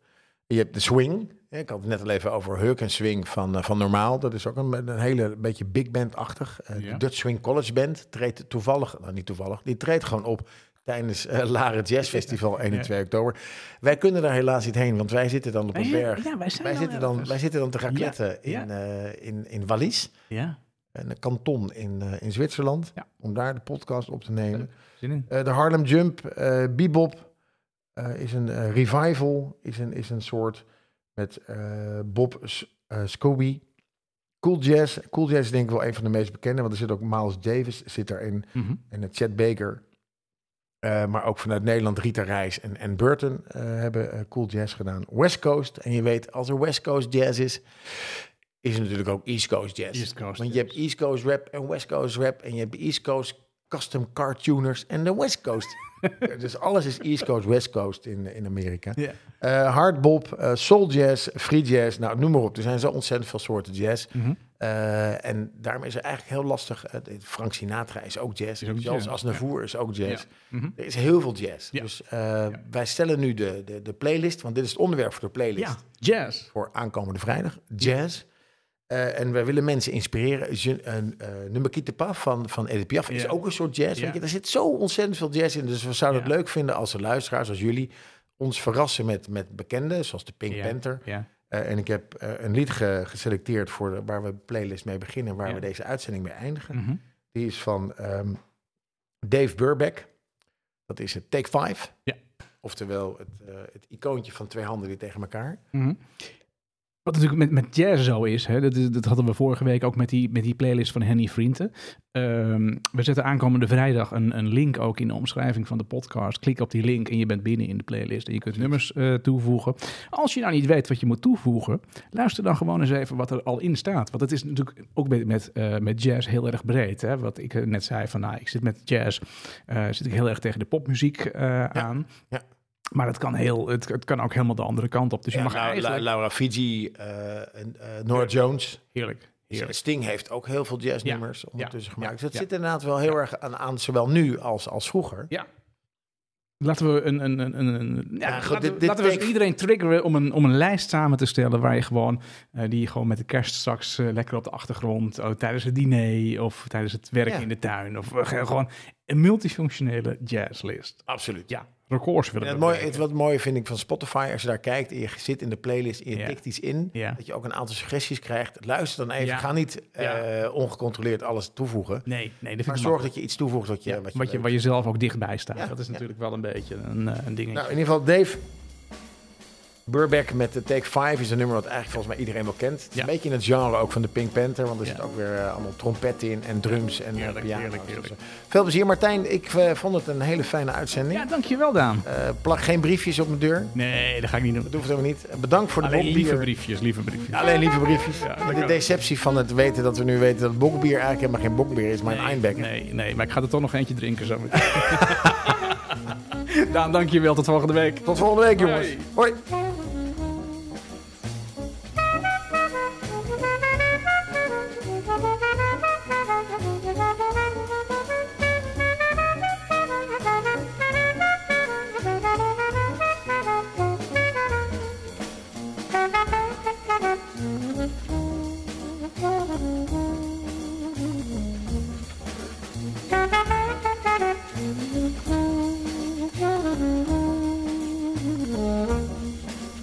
S1: Je hebt de swing. hè, Ik had het net al even over Hurricane Swing van, eh, van Normaal. Dat is ook een, een hele beetje big band-achtig. Eh,
S2: Ja.
S1: De Dutch Swing College Band treedt toevallig, nou niet toevallig, die treedt gewoon op tijdens eh Laren Jazz Festival 1 en
S2: Ja.
S1: 2 oktober. Wij kunnen daar helaas niet heen, want wij zitten dan op een
S2: Wij-
S1: berg.
S2: Eh, Ja, wij, zijn
S1: Wij
S2: wel
S1: zitten, dan,
S2: ergens.
S1: wij zitten dan te racletten
S2: Ja,
S1: in, eh, in, in Wallis,
S2: Ja,
S1: een kanton in, eh, in Zwitserland,
S2: Ja.
S1: om daar de podcast op te nemen.
S2: zin in.
S1: Eh, de Harlem Jump, eh bebop, eh, is een eh, revival, is een, is een soort met eh, Bob S- eh, Scobie. Cool Jazz, Cool Jazz is denk ik wel een van de meest bekende, want er zit ook Miles Davis zit daarin
S2: Mhm.
S1: en eh, Chet Baker. Eh, maar ook vanuit Nederland Rita Reis en, en Burton eh, hebben eh, cool jazz gedaan. West Coast, en je weet, als er West Coast jazz is, is er natuurlijk ook East Coast jazz.
S2: East Coast
S1: Want je
S2: jazz.
S1: hebt East Coast rap en West Coast rap en je hebt East Coast custom cartooners en de West Coast. dus alles is East Coast, West Coast in, in Amerika.
S2: Ja.
S1: Eh, hardbop, eh, soul jazz, free jazz, nou noem maar op. Er zijn zo ontzettend veel soorten jazz.
S2: Mhm.
S1: Eh, en daarmee is het eigenlijk heel lastig. eh, dit- Frank Sinatra is ook jazz.
S2: Is ook
S1: Charles
S2: jazz,
S1: Aznavour is ook jazz.
S2: Ja. Mhm.
S1: Er is heel veel jazz.
S2: Ja.
S1: Dus eh, wij stellen nu de, de, de playlist, want dit is het onderwerp voor de playlist
S2: ja, jazz.
S1: voor aankomende vrijdag, jazz. Eh, en wij willen mensen inspireren. Je, een, eh, nummer Kiet de Paf van, van Edith Piaf is
S2: Ja.
S1: ook een soort jazz.
S2: Ja.
S1: Weet je, daar zit zo ontzettend veel jazz in. Dus we zouden het
S2: Ja.
S1: leuk vinden als de luisteraars, als jullie, ons verrassen met, met bekenden, zoals de Pink
S2: Ja.
S1: Panther.
S2: Ja.
S1: Eh, en ik heb eh, een lied ge- geselecteerd voor de- waar we een playlist mee beginnen, waar
S2: Ja.
S1: we deze uitzending mee eindigen.
S2: Mhm.
S1: Die is van ehm, Dave Burbeck. Dat is het Take Five.
S2: Ja.
S1: Oftewel het, eh, het icoontje van twee handen die tegen elkaar.
S2: Mhm. Wat natuurlijk met, met jazz zo is, hè, dat, is- dat hadden we vorige week ook met die, met die playlist van Henny Vrienden. Ehm, we zetten aankomende vrijdag een, een link ook in de omschrijving van de podcast. Klik op die link en je bent binnen in de playlist en je kunt nummers eh, toevoegen. Als je nou niet weet wat je moet toevoegen, luister dan gewoon eens even wat er al in staat. Want het is natuurlijk ook met, met, eh, met jazz heel erg breed. Hè? Wat ik eh, net zei van, nou, ik zit met jazz, eh, zit ik heel erg tegen de popmuziek eh, aan.
S1: ja.
S2: Maar het kan, heel, het, het kan ook helemaal de andere kant op. Dus je
S1: Ja,
S2: mag
S1: nou, La-
S2: eigenlijk...
S1: Laura Fiji, eh, en, eh, Nora Jones.
S2: Heerlijk. Heerlijk.
S1: Sting heeft ook heel veel jazznummers
S2: Ja,
S1: ondertussen
S2: ja,
S1: gemaakt. Dus het
S2: ja.
S1: zit inderdaad wel heel erg aan, aan zowel nu als, als vroeger.
S2: Ja. Laten we een. een, een, een- een ja,
S1: Ja, goed,
S2: laten,
S1: dit-
S2: we-
S1: dit
S2: laten we eens
S1: take-
S2: iedereen triggeren om een, om een lijst samen te stellen. waar je gewoon. eh, die je gewoon met de kerst straks eh, lekker op de achtergrond. oh, tijdens het diner of tijdens het werk
S1: Ja.
S2: in de tuin. Of eh, ge- gewoon een multifunctionele jazzlist.
S1: Absoluut.
S2: Ja, records willen
S1: En het
S2: we
S1: mooie, het,
S2: bereiken.
S1: wat mooi vind ik van Spotify, als je daar kijkt en je zit in de playlist en je
S2: Ja.
S1: tikt iets in,
S2: Ja.
S1: dat je ook een aantal suggesties krijgt. Luister dan even,
S2: Ja.
S1: ga niet
S2: Ja.
S1: eh, ongecontroleerd alles toevoegen.
S2: Nee, nee, dat vind
S1: Maar
S2: ik
S1: zorg
S2: makkelijk.
S1: dat je iets toevoegt wat je,
S2: Ja,
S1: wat je,
S2: wat je,
S1: leuk
S2: waar je zelf ook dichtbij staat.
S1: Ja,
S2: dat is
S1: ja.
S2: natuurlijk wel een beetje een, eh, een dingetje.
S1: Nou, in ieder geval Dave Burbeck met de Take 5 is een nummer wat eigenlijk volgens mij iedereen wel kent. Het is
S2: Ja.
S1: een beetje in het genre ook van de Pink Panther, want er
S2: Ja.
S1: zit ook weer eh, allemaal trompetten in en drums en eh,
S2: Heerlijk,
S1: piano's.
S2: heerlijk, heerlijk.
S1: Dus, eh, veel plezier Martijn, ik eh, vond het een hele fijne uitzending.
S2: ja, dankjewel, Daan.
S1: Eh, plak geen briefjes op mijn deur,
S2: Nee, dat ga ik niet doen.
S1: dat hoeft helemaal niet. Eh, Bedankt voor de
S2: Alleen
S1: bokbier.
S2: lieve briefjes, lieve briefjes.
S1: Alleen lieve briefjes.
S2: Ja,
S1: Met de
S2: dankjewel.
S1: deceptie van het weten dat we nu weten dat bokbier eigenlijk helemaal geen bokbier is, maar een Einbeck.
S2: Nee, nee, maar ik ga er toch nog eentje drinken zo meteen. Daan, dankjewel. Tot volgende week.
S1: Tot volgende week jongens.
S2: Hoi.
S1: Hoi.
S5: Thank you.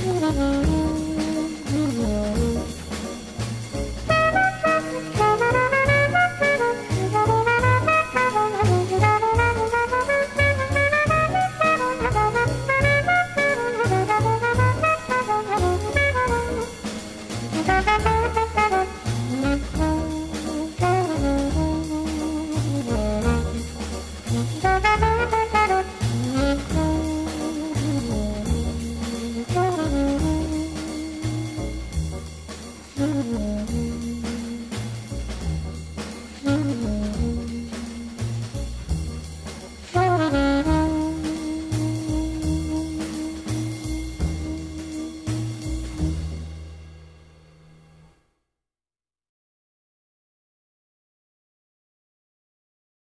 S5: Thank you.